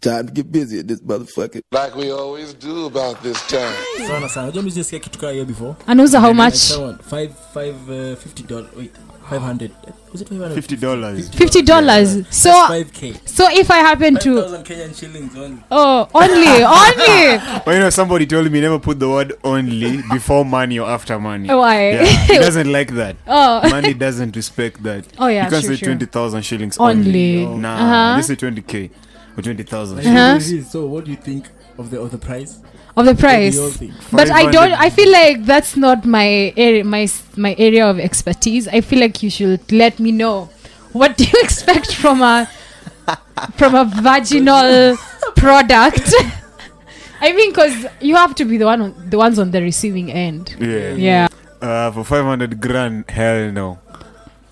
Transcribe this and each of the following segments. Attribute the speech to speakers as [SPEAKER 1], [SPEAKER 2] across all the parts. [SPEAKER 1] Time to get busy at this motherfucker.
[SPEAKER 2] Like we always do about this time.
[SPEAKER 3] sana sana unajua mizisikia kitu kaa hiyo before
[SPEAKER 4] anauza how much
[SPEAKER 3] Someone, five- five, uh, 50 doll- wait, 500. Was it 500?
[SPEAKER 5] fifty dollars.
[SPEAKER 4] 50 dollars so
[SPEAKER 3] That's 5K.
[SPEAKER 4] so if i happen to
[SPEAKER 3] 5,000 Kenyan shillings only.
[SPEAKER 4] oh only only
[SPEAKER 5] Well, you know, somebody told me never put the word only before money or after money.
[SPEAKER 4] Why?
[SPEAKER 5] Yeah, he doesn't like that.
[SPEAKER 4] oh
[SPEAKER 5] Money doesn't respect that.
[SPEAKER 4] Oh, yeah,
[SPEAKER 5] You can't
[SPEAKER 4] true,
[SPEAKER 5] say
[SPEAKER 4] true.
[SPEAKER 5] twenty thousand shillings
[SPEAKER 4] Only.
[SPEAKER 5] only. Nah,
[SPEAKER 4] Uh-huh.
[SPEAKER 5] you say twenty k or twenty thousand.
[SPEAKER 3] Like, really, so what do you think of the of the price
[SPEAKER 4] of the
[SPEAKER 3] Of
[SPEAKER 4] price
[SPEAKER 3] the whole thing?
[SPEAKER 4] but i don't
[SPEAKER 5] 500.
[SPEAKER 4] i feel like that's not my area my s- my area of expertise i feel like you should let me know what do you expect from a from a vaginal product i mean because you have to be the one on, the ones on the receiving end
[SPEAKER 5] Yeah.
[SPEAKER 4] yeah
[SPEAKER 5] Uh, for five hundred grand, hell no.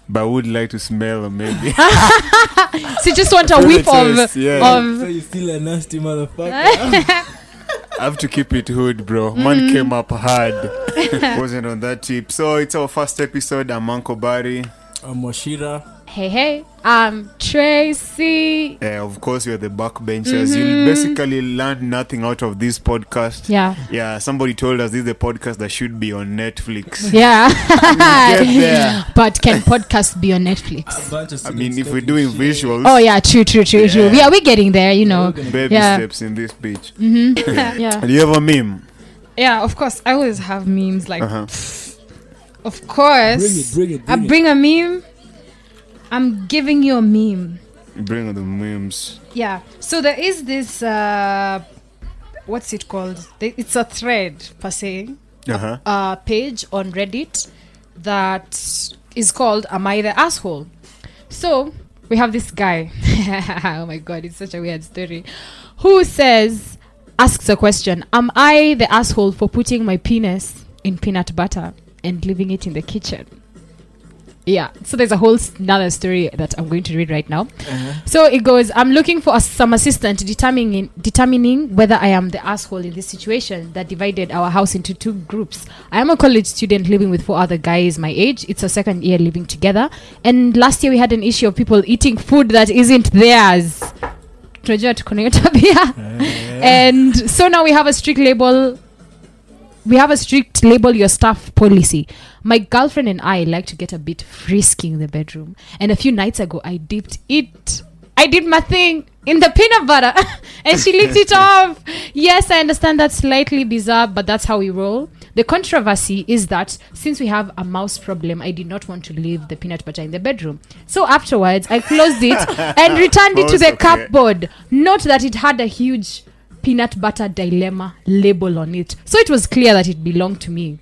[SPEAKER 5] But I would like to smell them maybe.
[SPEAKER 4] so you just want a whiff of
[SPEAKER 5] Taste, yeah.
[SPEAKER 3] so
[SPEAKER 4] of
[SPEAKER 3] you still a nasty motherfucker
[SPEAKER 5] I have to keep it hood, bro. Man
[SPEAKER 4] Mm-hmm.
[SPEAKER 5] came up hard. Wasn't on that tip. So it's our first episode. I'm Uncle Barry.
[SPEAKER 3] I'm Moshira
[SPEAKER 4] hey hey i'm tracy
[SPEAKER 5] Uh, of course, you're the backbenchers.
[SPEAKER 4] Mm-hmm.
[SPEAKER 5] You'll basically learn nothing out of this podcast.
[SPEAKER 4] yeah
[SPEAKER 5] Yeah, somebody told us this is the podcast that should be on Netflix. Get
[SPEAKER 4] yeah
[SPEAKER 5] there.
[SPEAKER 4] but can podcasts be on netflix
[SPEAKER 3] a bunch of
[SPEAKER 5] I mean, if we're doing visuals,
[SPEAKER 4] Oh yeah, true, true, true, true. Yeah, we're getting there, you know.
[SPEAKER 5] baby
[SPEAKER 4] Yeah. Mm.
[SPEAKER 5] steps in this bitch.
[SPEAKER 4] yeah,
[SPEAKER 5] Do you have a meme?
[SPEAKER 4] yeah. Of course, I always have memes. Like,
[SPEAKER 5] Uh-huh.
[SPEAKER 4] of
[SPEAKER 3] bring it
[SPEAKER 4] course,
[SPEAKER 3] bring it
[SPEAKER 4] I
[SPEAKER 3] bring it
[SPEAKER 4] bring a meme. I'm giving you a meme.
[SPEAKER 5] Bring on the memes.
[SPEAKER 4] Yeah. So there is this. Uh, what's it called? Th- It's a thread per se,
[SPEAKER 5] Uh-huh.
[SPEAKER 4] uh, page on Reddit that is called "Am I the asshole?" So we have this guy. oh my god, it's such a weird story. Who says asks a question: "Am I the asshole for putting my penis in peanut butter and leaving it in the kitchen?" Yeah. So there's a whole s- another story that I'm going to read right now. So it goes. I'm looking for a, some assistance determining determining whether I am the asshole in this situation that divided our house into two groups. I am a college student living with four other guys my age. It's our second year living together, and last year we had an issue of people eating food that isn't theirs. Tunajua tuko na hiyo tabia.
[SPEAKER 5] Eh.
[SPEAKER 4] and so now we have a strict label we have a strict label your stuff policy. My girlfriend and I like to get a bit frisky in the bedroom. And a few nights ago, I dipped it. I did my thing in the peanut butter and she licked it off. Yes, I understand that's slightly bizarre, but that's how we roll. The controversy is that since we have a mouse problem, I did not want to leave the peanut butter in the bedroom. So afterwards, I closed it and returned it to the
[SPEAKER 5] Mouse, okay.
[SPEAKER 4] cupboard board. Note that it had a huge peanut butter dilemma label on it, so it was clear that it belonged to me.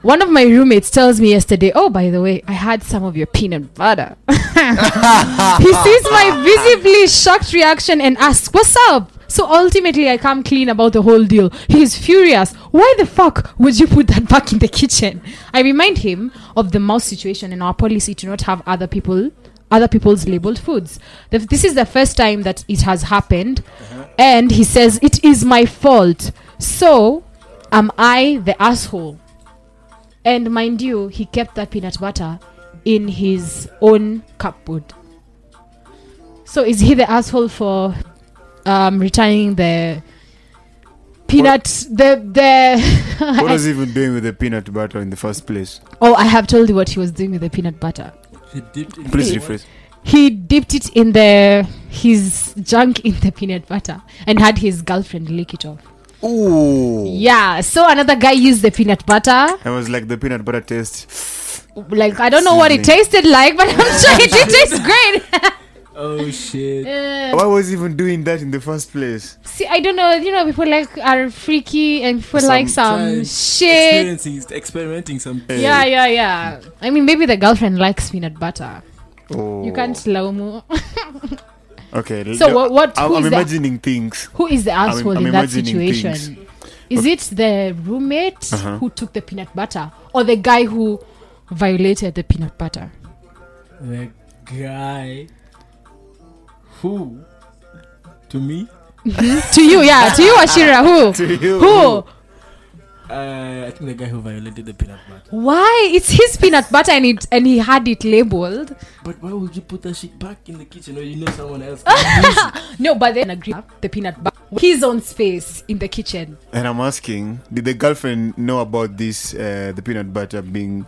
[SPEAKER 4] One of my roommates tells me yesterday, Oh, by the way, I had some of your peanut butter. he sees my visibly shocked reaction and asks, What's up? So ultimately, I come clean about the whole deal. He is furious. Why the fuck would you put that back in the kitchen? I remind him of the mouse situation and our policy to not have other people. Other people's labeled foods. The, this is the first time that it has happened, and he says it is my fault. So, am I the asshole? And mind you, he kept that peanut butter in his own cupboard. So is he the asshole for um, returning the peanut? The the.
[SPEAKER 5] What was he even doing with the peanut butter in the first place?
[SPEAKER 4] oh, I have told you what he was doing with the peanut butter.
[SPEAKER 3] He dipped in
[SPEAKER 5] Please
[SPEAKER 3] the-
[SPEAKER 5] rephrase.
[SPEAKER 4] He dipped it in the his junk in the peanut butter and had his girlfriend lick it off.
[SPEAKER 5] Ooh.
[SPEAKER 4] Yeah. So another guy used the peanut butter.
[SPEAKER 5] I was like the peanut butter taste.
[SPEAKER 4] Like I don't know what it
[SPEAKER 5] Seasoning.
[SPEAKER 4] tasted like, but I'm sure it did taste great.
[SPEAKER 3] oh shit
[SPEAKER 4] Uh,
[SPEAKER 5] Why was he even doing that in the first place?
[SPEAKER 4] See, I don't know. You know, people like are freaky and people
[SPEAKER 5] Some
[SPEAKER 4] like some
[SPEAKER 3] Trying-
[SPEAKER 4] shit.
[SPEAKER 3] experiencing experimenting some
[SPEAKER 4] Yeah, yeah, yeah. I mean, maybe the girlfriend likes peanut butter.
[SPEAKER 5] Oh.
[SPEAKER 4] You can't slow mo.
[SPEAKER 5] Okay.
[SPEAKER 4] So
[SPEAKER 5] l-
[SPEAKER 4] what? What?
[SPEAKER 5] I'm,
[SPEAKER 4] Who
[SPEAKER 5] I'm
[SPEAKER 4] is the,
[SPEAKER 5] imagining things.
[SPEAKER 4] who is the asshole
[SPEAKER 5] I'm
[SPEAKER 4] in that
[SPEAKER 5] imagining
[SPEAKER 4] situation?
[SPEAKER 5] things.
[SPEAKER 4] Is it the roommate
[SPEAKER 5] Uh-huh.
[SPEAKER 4] who took the peanut butter, or the guy who violated the peanut butter?
[SPEAKER 3] the guy who to me
[SPEAKER 4] to you, yeah. To you, Ashira. Who?
[SPEAKER 5] To you.
[SPEAKER 4] Who?
[SPEAKER 3] Uh, I think the guy who violated the peanut butter.
[SPEAKER 4] Why? It's his peanut butter and it and he had it labeled.
[SPEAKER 3] But why would you put that shit back in the kitchen when you know someone else can use it?
[SPEAKER 4] No, but then agree the peanut butter. His own space in the kitchen.
[SPEAKER 5] And I'm asking, did the girlfriend know about this, uh, the peanut butter being,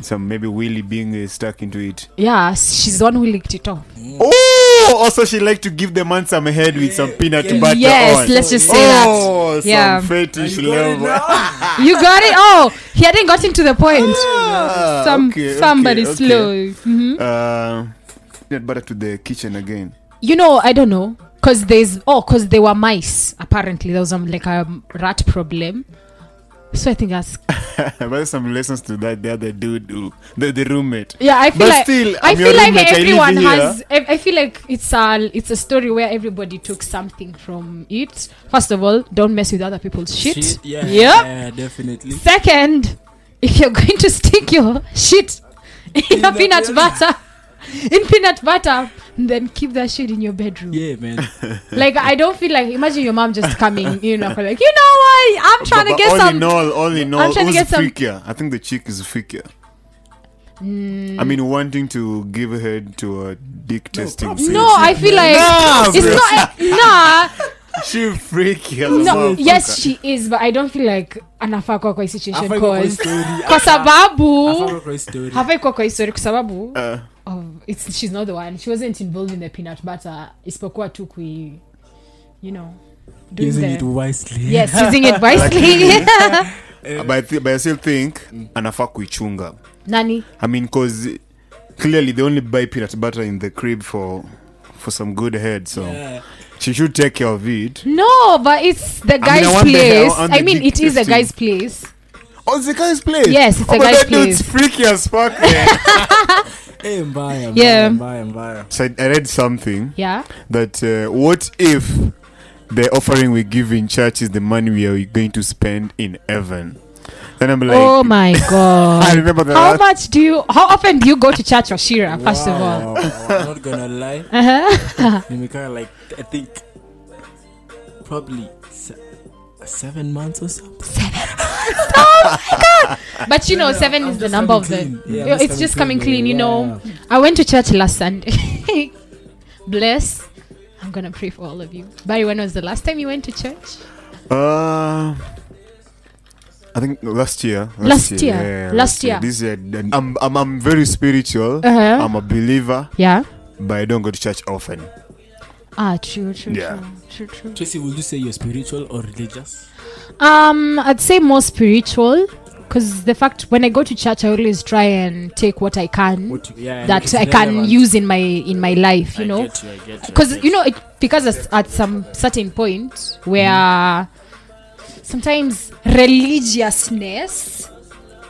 [SPEAKER 5] some maybe Willy being uh, stuck into it?
[SPEAKER 4] Yeah, she's the one who licked it off.
[SPEAKER 5] Oh, also she liked to give the man some head with some peanut
[SPEAKER 3] yeah.
[SPEAKER 5] butter
[SPEAKER 4] yes,
[SPEAKER 5] on.
[SPEAKER 4] let's just say
[SPEAKER 5] oh, some
[SPEAKER 4] Yeah.
[SPEAKER 5] fetish
[SPEAKER 3] You got it
[SPEAKER 5] level.
[SPEAKER 3] now?
[SPEAKER 4] that. You got it? Oh, he hadn't gotten to the point.
[SPEAKER 5] Ah,
[SPEAKER 4] Some
[SPEAKER 5] okay, okay,
[SPEAKER 4] somebody
[SPEAKER 5] okay.
[SPEAKER 4] slow. Mhm.
[SPEAKER 5] Uh, peanut butter to the kitchen again.
[SPEAKER 4] You know, I don't know. Cause there's oh, cause there were mice. Apparently, there was some like a um, rat problem. So I think that's
[SPEAKER 5] but there's some lessons to that the other dude, who, the, the roommate.
[SPEAKER 4] yeah. I feel
[SPEAKER 5] But
[SPEAKER 4] like
[SPEAKER 5] still,
[SPEAKER 4] I
[SPEAKER 5] I'm your
[SPEAKER 4] feel like
[SPEAKER 5] roommate, I live
[SPEAKER 4] everyone
[SPEAKER 5] here.
[SPEAKER 4] has. I, I feel like it's a it's a story where everybody took something from it. First of all, don't mess with other people's shit.
[SPEAKER 3] Yeah,
[SPEAKER 4] Yep.
[SPEAKER 3] yeah, definitely.
[SPEAKER 4] Second, if you're going to stick your shit in a
[SPEAKER 3] the
[SPEAKER 4] peanut
[SPEAKER 3] oven.
[SPEAKER 4] butter, in peanut butter, then keep that shit in your bedroom.
[SPEAKER 3] Yeah, man.
[SPEAKER 4] Like I don't feel like imagine your mom just coming, you know, like you know what? I'm trying to
[SPEAKER 5] But- but
[SPEAKER 4] get
[SPEAKER 5] all
[SPEAKER 4] some.
[SPEAKER 5] in all, all in all,
[SPEAKER 4] I'm trying to
[SPEAKER 5] who's
[SPEAKER 4] get some-
[SPEAKER 5] freakier? I think the chick is freakier.
[SPEAKER 4] Hmm.
[SPEAKER 5] I mean, wanting to give head to a dick testing.
[SPEAKER 3] probably.
[SPEAKER 5] session.
[SPEAKER 4] No, I feel like
[SPEAKER 5] Nah,
[SPEAKER 4] it's
[SPEAKER 5] bro.
[SPEAKER 4] not.
[SPEAKER 5] she freaky as a
[SPEAKER 4] Nah, no.
[SPEAKER 5] motherfucker.
[SPEAKER 4] Yes, she is, but I don't feel like anafaa kuwa kwa hii situation
[SPEAKER 3] Hafai kuwa kwa hii
[SPEAKER 4] cause
[SPEAKER 3] story.
[SPEAKER 4] kwa sababu
[SPEAKER 3] Afro Christ story.
[SPEAKER 4] hafai kuwa kwa hii story kwa sababu
[SPEAKER 5] Uh,
[SPEAKER 4] of it's she's not the one. She wasn't involved in the peanut butter. Isipokuwa tu kui, you know, doing
[SPEAKER 3] Using
[SPEAKER 4] the-
[SPEAKER 3] it wisely.
[SPEAKER 4] Yes, using it wisely.
[SPEAKER 5] but, I thi- but I still think anafaa kuichunga.
[SPEAKER 4] Nani?
[SPEAKER 5] I mean, cause clearly they only buy peanut butter in the crib for for some good head, so
[SPEAKER 3] Yeah.
[SPEAKER 5] she should take care of it.
[SPEAKER 4] No, but it's the
[SPEAKER 5] I
[SPEAKER 4] guy's
[SPEAKER 5] want the
[SPEAKER 4] place.
[SPEAKER 5] hell on
[SPEAKER 4] I
[SPEAKER 5] the
[SPEAKER 4] mean,
[SPEAKER 5] dick
[SPEAKER 4] it is a
[SPEAKER 5] testing.
[SPEAKER 4] guy's place.
[SPEAKER 5] Oh, it's a guy's place.
[SPEAKER 4] Yes, it's a
[SPEAKER 5] oh, but
[SPEAKER 4] guy's
[SPEAKER 5] that
[SPEAKER 4] place.
[SPEAKER 5] dude's freaky as fuck. man.
[SPEAKER 3] Eh, mbaya,
[SPEAKER 4] Yeah.
[SPEAKER 3] mbaya, mbaya, mbaya.
[SPEAKER 5] so I, I read something.
[SPEAKER 4] Yeah.
[SPEAKER 5] that uh, what if the offering we give in church is the money we are going to spend in heaven? Then I'm like,
[SPEAKER 4] oh my
[SPEAKER 5] I
[SPEAKER 4] god.
[SPEAKER 5] remember the
[SPEAKER 4] how
[SPEAKER 5] last.
[SPEAKER 4] much do you? How often do you go to church or Shira? First of all. Uh-huh.
[SPEAKER 3] Wow, I'm not gonna lie. Nimekaa like I think probably se- seven months or something.
[SPEAKER 4] But you know, seven
[SPEAKER 3] I'm
[SPEAKER 4] is the
[SPEAKER 3] just
[SPEAKER 4] number of the.
[SPEAKER 3] coming clean. Yeah, I'm
[SPEAKER 4] it's just coming clean, you know.
[SPEAKER 3] yeah.
[SPEAKER 4] I went to church last Sunday. Bless. I'm gonna pray for all of you. Barry, when was the last time you went to church?
[SPEAKER 5] Uh, I think last year.
[SPEAKER 4] Last year,
[SPEAKER 5] yeah,
[SPEAKER 4] last year.
[SPEAKER 5] This year, then- I'm, I'm, I'm very spiritual.
[SPEAKER 4] Uh-huh.
[SPEAKER 5] I'm a believer,
[SPEAKER 4] Yeah.
[SPEAKER 5] but I don't go to church often.
[SPEAKER 4] Ah, true, true,
[SPEAKER 5] Yeah.
[SPEAKER 4] true, true, true.
[SPEAKER 3] Tracy, would you say you're spiritual or religious?
[SPEAKER 4] Um, I'd say more spiritual, because the fact when I go to church, I always try and take what I can
[SPEAKER 3] What you, yeah,
[SPEAKER 4] that
[SPEAKER 3] it's
[SPEAKER 4] I can
[SPEAKER 3] relevant.
[SPEAKER 4] use in my in my life. You
[SPEAKER 3] I
[SPEAKER 4] know,
[SPEAKER 3] get you, I get you, I
[SPEAKER 4] because
[SPEAKER 3] get
[SPEAKER 4] you know it because at, at some certain point where sometimes religiousness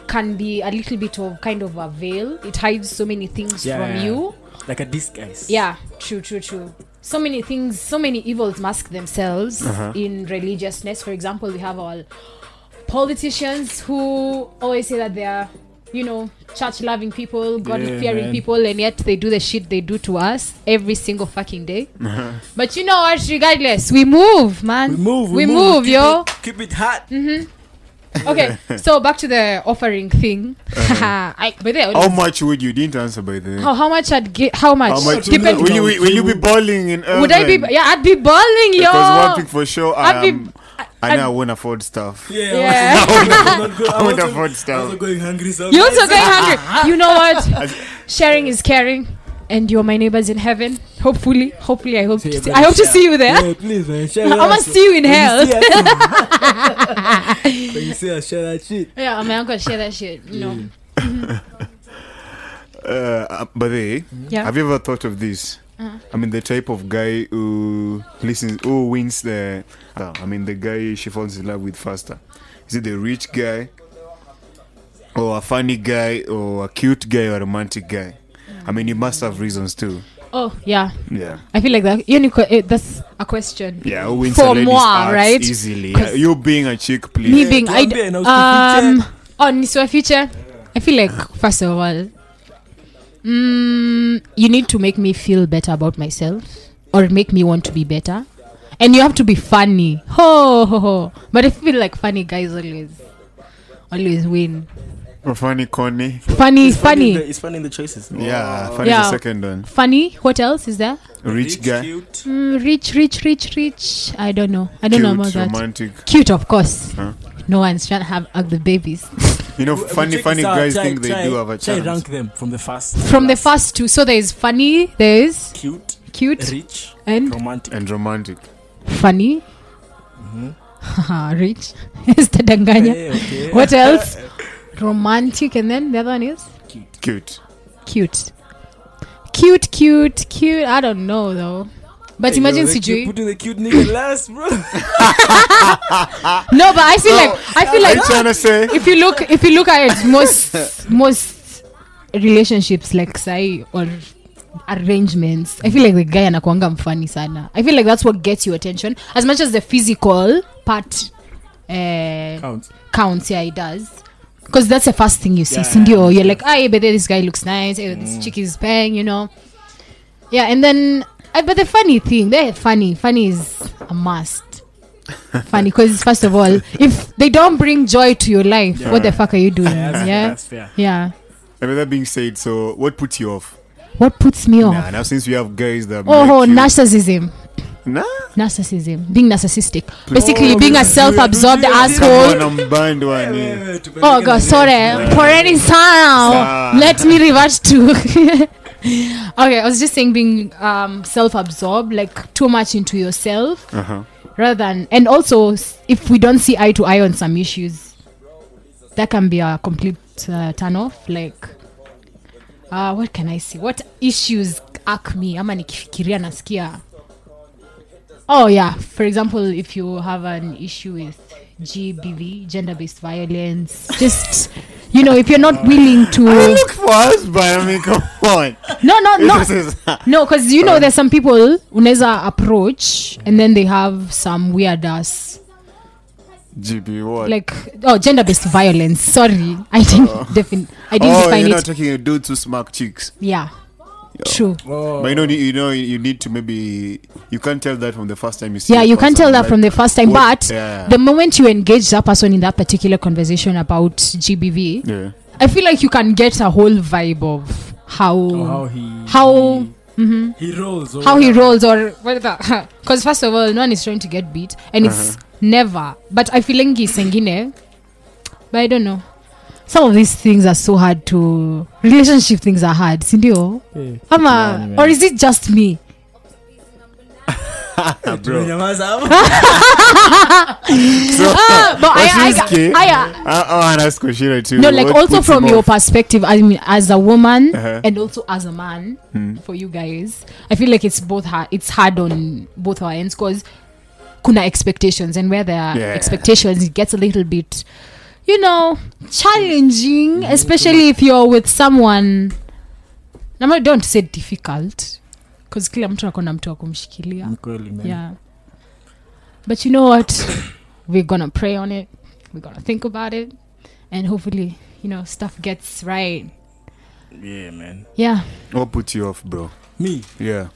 [SPEAKER 4] can be a little bit of kind of a veil it hides so many things
[SPEAKER 3] Yeah,
[SPEAKER 4] from
[SPEAKER 3] yeah,
[SPEAKER 4] you
[SPEAKER 3] like a disguise.
[SPEAKER 4] yeah true true true so many things so many evils mask themselves
[SPEAKER 3] Uh-huh.
[SPEAKER 4] in religiousness for example we have our politicians who always say that they are you know church loving people god fearing
[SPEAKER 3] man.
[SPEAKER 4] people and yet they do the shit they do to us every single fucking day but you know what regardless we move man
[SPEAKER 3] Uh-huh. We move. We,
[SPEAKER 4] we move
[SPEAKER 3] keep
[SPEAKER 4] yo Mm,
[SPEAKER 3] It, keep it hot.
[SPEAKER 4] okay so back to the offering thing
[SPEAKER 3] Uh-huh.
[SPEAKER 4] I, by the way, I
[SPEAKER 5] How
[SPEAKER 4] don't-
[SPEAKER 5] much would you? Didn't answer by the way.
[SPEAKER 4] how, how much i'd get how much,
[SPEAKER 5] How much
[SPEAKER 4] Depend-
[SPEAKER 5] will, you, will, will you be bowling in heaven?
[SPEAKER 4] would i be yeah i'd be balling yo
[SPEAKER 5] Because one thing for sure, I,
[SPEAKER 4] I'd be-
[SPEAKER 5] am, I know I won't afford stuff.
[SPEAKER 3] Yeah.
[SPEAKER 4] Yeah.
[SPEAKER 3] I'm not go-
[SPEAKER 5] I
[SPEAKER 3] I'm
[SPEAKER 5] would
[SPEAKER 3] also-
[SPEAKER 5] afford
[SPEAKER 3] I'm
[SPEAKER 5] stuff.
[SPEAKER 3] also going hungry. sometimes.
[SPEAKER 4] You're also going hungry. You know what? Sharing is caring, and you're my neighbors in heaven. Hopefully, hopefully, I hope.
[SPEAKER 3] So
[SPEAKER 4] To
[SPEAKER 3] you're
[SPEAKER 4] see,
[SPEAKER 3] gonna
[SPEAKER 4] I hope to
[SPEAKER 3] share.
[SPEAKER 4] see you there.
[SPEAKER 3] Yeah, please, man. Share
[SPEAKER 4] I want to see you in hell.
[SPEAKER 3] you see us, share that shit.
[SPEAKER 4] Yeah, my uncle share that shit. You know.
[SPEAKER 5] Uh, but hey,
[SPEAKER 4] Yeah. Uh-huh.
[SPEAKER 5] have you ever thought of this? I mean, the type of guy who listens, who wins the. uh, I mean, the guy she falls in love with faster. Is it the rich guy, or a funny guy, or a cute guy, or a romantic guy? I mean, you must have reasons too.
[SPEAKER 4] Oh yeah,
[SPEAKER 5] Yeah.
[SPEAKER 4] I feel like that. You know, eh, that's a question.
[SPEAKER 5] Yeah, who wins
[SPEAKER 4] For
[SPEAKER 5] a lady's
[SPEAKER 4] moi,
[SPEAKER 5] hearts
[SPEAKER 4] right?
[SPEAKER 5] easily?
[SPEAKER 4] 'Cause-
[SPEAKER 5] you being a chick, please.
[SPEAKER 4] Me being I
[SPEAKER 3] tuambie na
[SPEAKER 4] um
[SPEAKER 3] usitufiche.
[SPEAKER 4] on Niswa future, I feel like first of all, mm, you need to make me feel better about myself or make me want to be better, and you have to be funny. Ho ho ho! But I feel like funny guys always always win.
[SPEAKER 5] Funny Connie.
[SPEAKER 4] Funny,
[SPEAKER 3] It's funny. in
[SPEAKER 4] funny,
[SPEAKER 3] the- It's funny in the choices. Oh,
[SPEAKER 5] Yeah, Funny
[SPEAKER 4] Yeah.
[SPEAKER 5] the second one.
[SPEAKER 4] funny. What else is there?
[SPEAKER 5] Rich guy.
[SPEAKER 3] Cute.
[SPEAKER 4] Mm, rich, rich, rich, rich. I don't know. I don't
[SPEAKER 5] Cute,
[SPEAKER 4] know about that.
[SPEAKER 5] romantic.
[SPEAKER 4] Cute, of course.
[SPEAKER 5] Huh?
[SPEAKER 4] No one's trying to have ugly babies.
[SPEAKER 5] You know,
[SPEAKER 3] Well,
[SPEAKER 5] funny,
[SPEAKER 3] check
[SPEAKER 5] funny
[SPEAKER 3] this out.
[SPEAKER 5] guys
[SPEAKER 3] Try-
[SPEAKER 5] think they
[SPEAKER 3] try-
[SPEAKER 5] do have a
[SPEAKER 3] try
[SPEAKER 5] chance.
[SPEAKER 3] rank them from the first.
[SPEAKER 4] From the first two, so there is funny, there is
[SPEAKER 3] cute,
[SPEAKER 4] cute,
[SPEAKER 3] rich,
[SPEAKER 4] and
[SPEAKER 3] romantic.
[SPEAKER 5] And romantic.
[SPEAKER 4] funny.
[SPEAKER 3] Mm-hmm.
[SPEAKER 4] rich. Stadanganya.
[SPEAKER 3] Hey, okay.
[SPEAKER 4] What else? Romantic, and then the other one is
[SPEAKER 3] Cute.
[SPEAKER 5] Cute.
[SPEAKER 4] cute. Cute, cute, cute. I don't know though. But
[SPEAKER 3] Hey,
[SPEAKER 4] imagine
[SPEAKER 3] yo, they keep
[SPEAKER 4] Sijui.
[SPEAKER 3] Putting the cute nigga last, bro.
[SPEAKER 4] No, but I feel like I feel
[SPEAKER 5] Are you
[SPEAKER 4] like "Ah!"
[SPEAKER 5] trying to say?
[SPEAKER 4] if you look if you look at it, most most relationships like say or arrangements i feel like the guy anakuanga mfani sana i feel like that's what gets you attention as much as the physical part eh,
[SPEAKER 3] Counts.
[SPEAKER 4] counts yeah it does because that's the first thing you see
[SPEAKER 3] Yeah,
[SPEAKER 4] sindio
[SPEAKER 3] yeah.
[SPEAKER 4] you're like ah but this guy looks nice eh, this chick is paying you know yeah and then I, but the funny thing they're funny funny is a must funny because first of all if they don't bring joy to your life what the fuck are you doing
[SPEAKER 3] Yeah, that's,
[SPEAKER 4] yeah
[SPEAKER 3] that's fair.
[SPEAKER 4] yeah
[SPEAKER 5] I mean, that being said, so what puts you off?
[SPEAKER 4] what puts me
[SPEAKER 5] Nah,
[SPEAKER 4] off
[SPEAKER 5] now since we have guys that.
[SPEAKER 4] oh
[SPEAKER 5] make you-
[SPEAKER 4] narcissism
[SPEAKER 5] Nah.
[SPEAKER 4] narcissism being narcissistic basically
[SPEAKER 3] Oh,
[SPEAKER 4] being
[SPEAKER 3] yeah.
[SPEAKER 4] a self-absorbed
[SPEAKER 3] Yeah, yeah, yeah.
[SPEAKER 4] asshole
[SPEAKER 5] Someone I'm banned one.
[SPEAKER 3] Wait,
[SPEAKER 5] yeah.
[SPEAKER 3] wait, wait,
[SPEAKER 4] Oh god, sorry. Poreni
[SPEAKER 5] Sawa.
[SPEAKER 4] sound. Let me revert to. okay, I was just saying being um, self-absorbed, like too much into yourself,
[SPEAKER 5] Uh-huh.
[SPEAKER 4] rather than and also s- if we don't see eye to eye on some issues, that can be a complete uh, turn off. Like, uh, what can I see? What issues irk me? Ama nikifikiria nasikia. Oh yeah. For example, if you have an issue with GBV, gender-based violence, just you know, if you're not willing to,
[SPEAKER 5] Look for husband. I mean, come on.
[SPEAKER 4] no, no, no,
[SPEAKER 5] This is-
[SPEAKER 4] no, because you know, there's some people unaweza approach and then they have some weird ass
[SPEAKER 5] GP, what?
[SPEAKER 4] like oh gender-based violence. Sorry, I didn't defin- I didn't
[SPEAKER 5] Uh, oh,
[SPEAKER 4] define
[SPEAKER 5] you're
[SPEAKER 4] it.
[SPEAKER 5] not taking a dude to smack chicks.
[SPEAKER 4] yeah, true.
[SPEAKER 3] Oh,
[SPEAKER 5] But you know, you- you know, you need to maybe you can't tell that from the first time you see.
[SPEAKER 4] yeah
[SPEAKER 5] a
[SPEAKER 4] you can
[SPEAKER 5] person,
[SPEAKER 4] tell that
[SPEAKER 5] like,
[SPEAKER 4] from the first time
[SPEAKER 5] what-
[SPEAKER 4] but
[SPEAKER 5] yeah.
[SPEAKER 4] the moment you engage that person in that particular conversation about gbv
[SPEAKER 5] Yeah.
[SPEAKER 4] i feel like you can get a whole vibe of how
[SPEAKER 3] oh, how he
[SPEAKER 4] How-
[SPEAKER 3] he, he rolls. oh, or
[SPEAKER 4] how he
[SPEAKER 3] whatever.
[SPEAKER 4] rolls or whether because first of all no one is trying to get beat and it's never but i feel like sengine but i don't know some of these things are so hard to relationship things are hard sindio
[SPEAKER 3] Hey.
[SPEAKER 4] ama
[SPEAKER 3] man.
[SPEAKER 4] or is it just me
[SPEAKER 5] Ah, bro.
[SPEAKER 3] Tumenyamaza.
[SPEAKER 5] So,
[SPEAKER 4] ah, but I,
[SPEAKER 5] Wasinski?
[SPEAKER 4] I, uh, I, I,
[SPEAKER 5] I, I want to ask Kushida oh, too.
[SPEAKER 4] no like
[SPEAKER 5] What
[SPEAKER 4] also
[SPEAKER 5] puts
[SPEAKER 4] from
[SPEAKER 5] him
[SPEAKER 4] your
[SPEAKER 5] off?
[SPEAKER 4] perspective i mean as a woman
[SPEAKER 5] Uh-huh. Hmm.
[SPEAKER 4] and also as a man for you guys i feel like it's both hard it's hard on both our ends because kuna expectations and where there are
[SPEAKER 5] Yeah.
[SPEAKER 4] expectations it gets a little bit you know challenging
[SPEAKER 5] Mm-hmm.
[SPEAKER 4] especially if you're with someone I'm not, don't say difficult because kila mtu akona mtu wa kumshikilia
[SPEAKER 3] Ni kweli, man.
[SPEAKER 4] yeah but you know what we're gonna pray on it we're gonna think about it and hopefully you know stuff gets right
[SPEAKER 3] Yeah, man.
[SPEAKER 4] yeah
[SPEAKER 5] What puts you off, bro?
[SPEAKER 3] Me.
[SPEAKER 5] Yeah.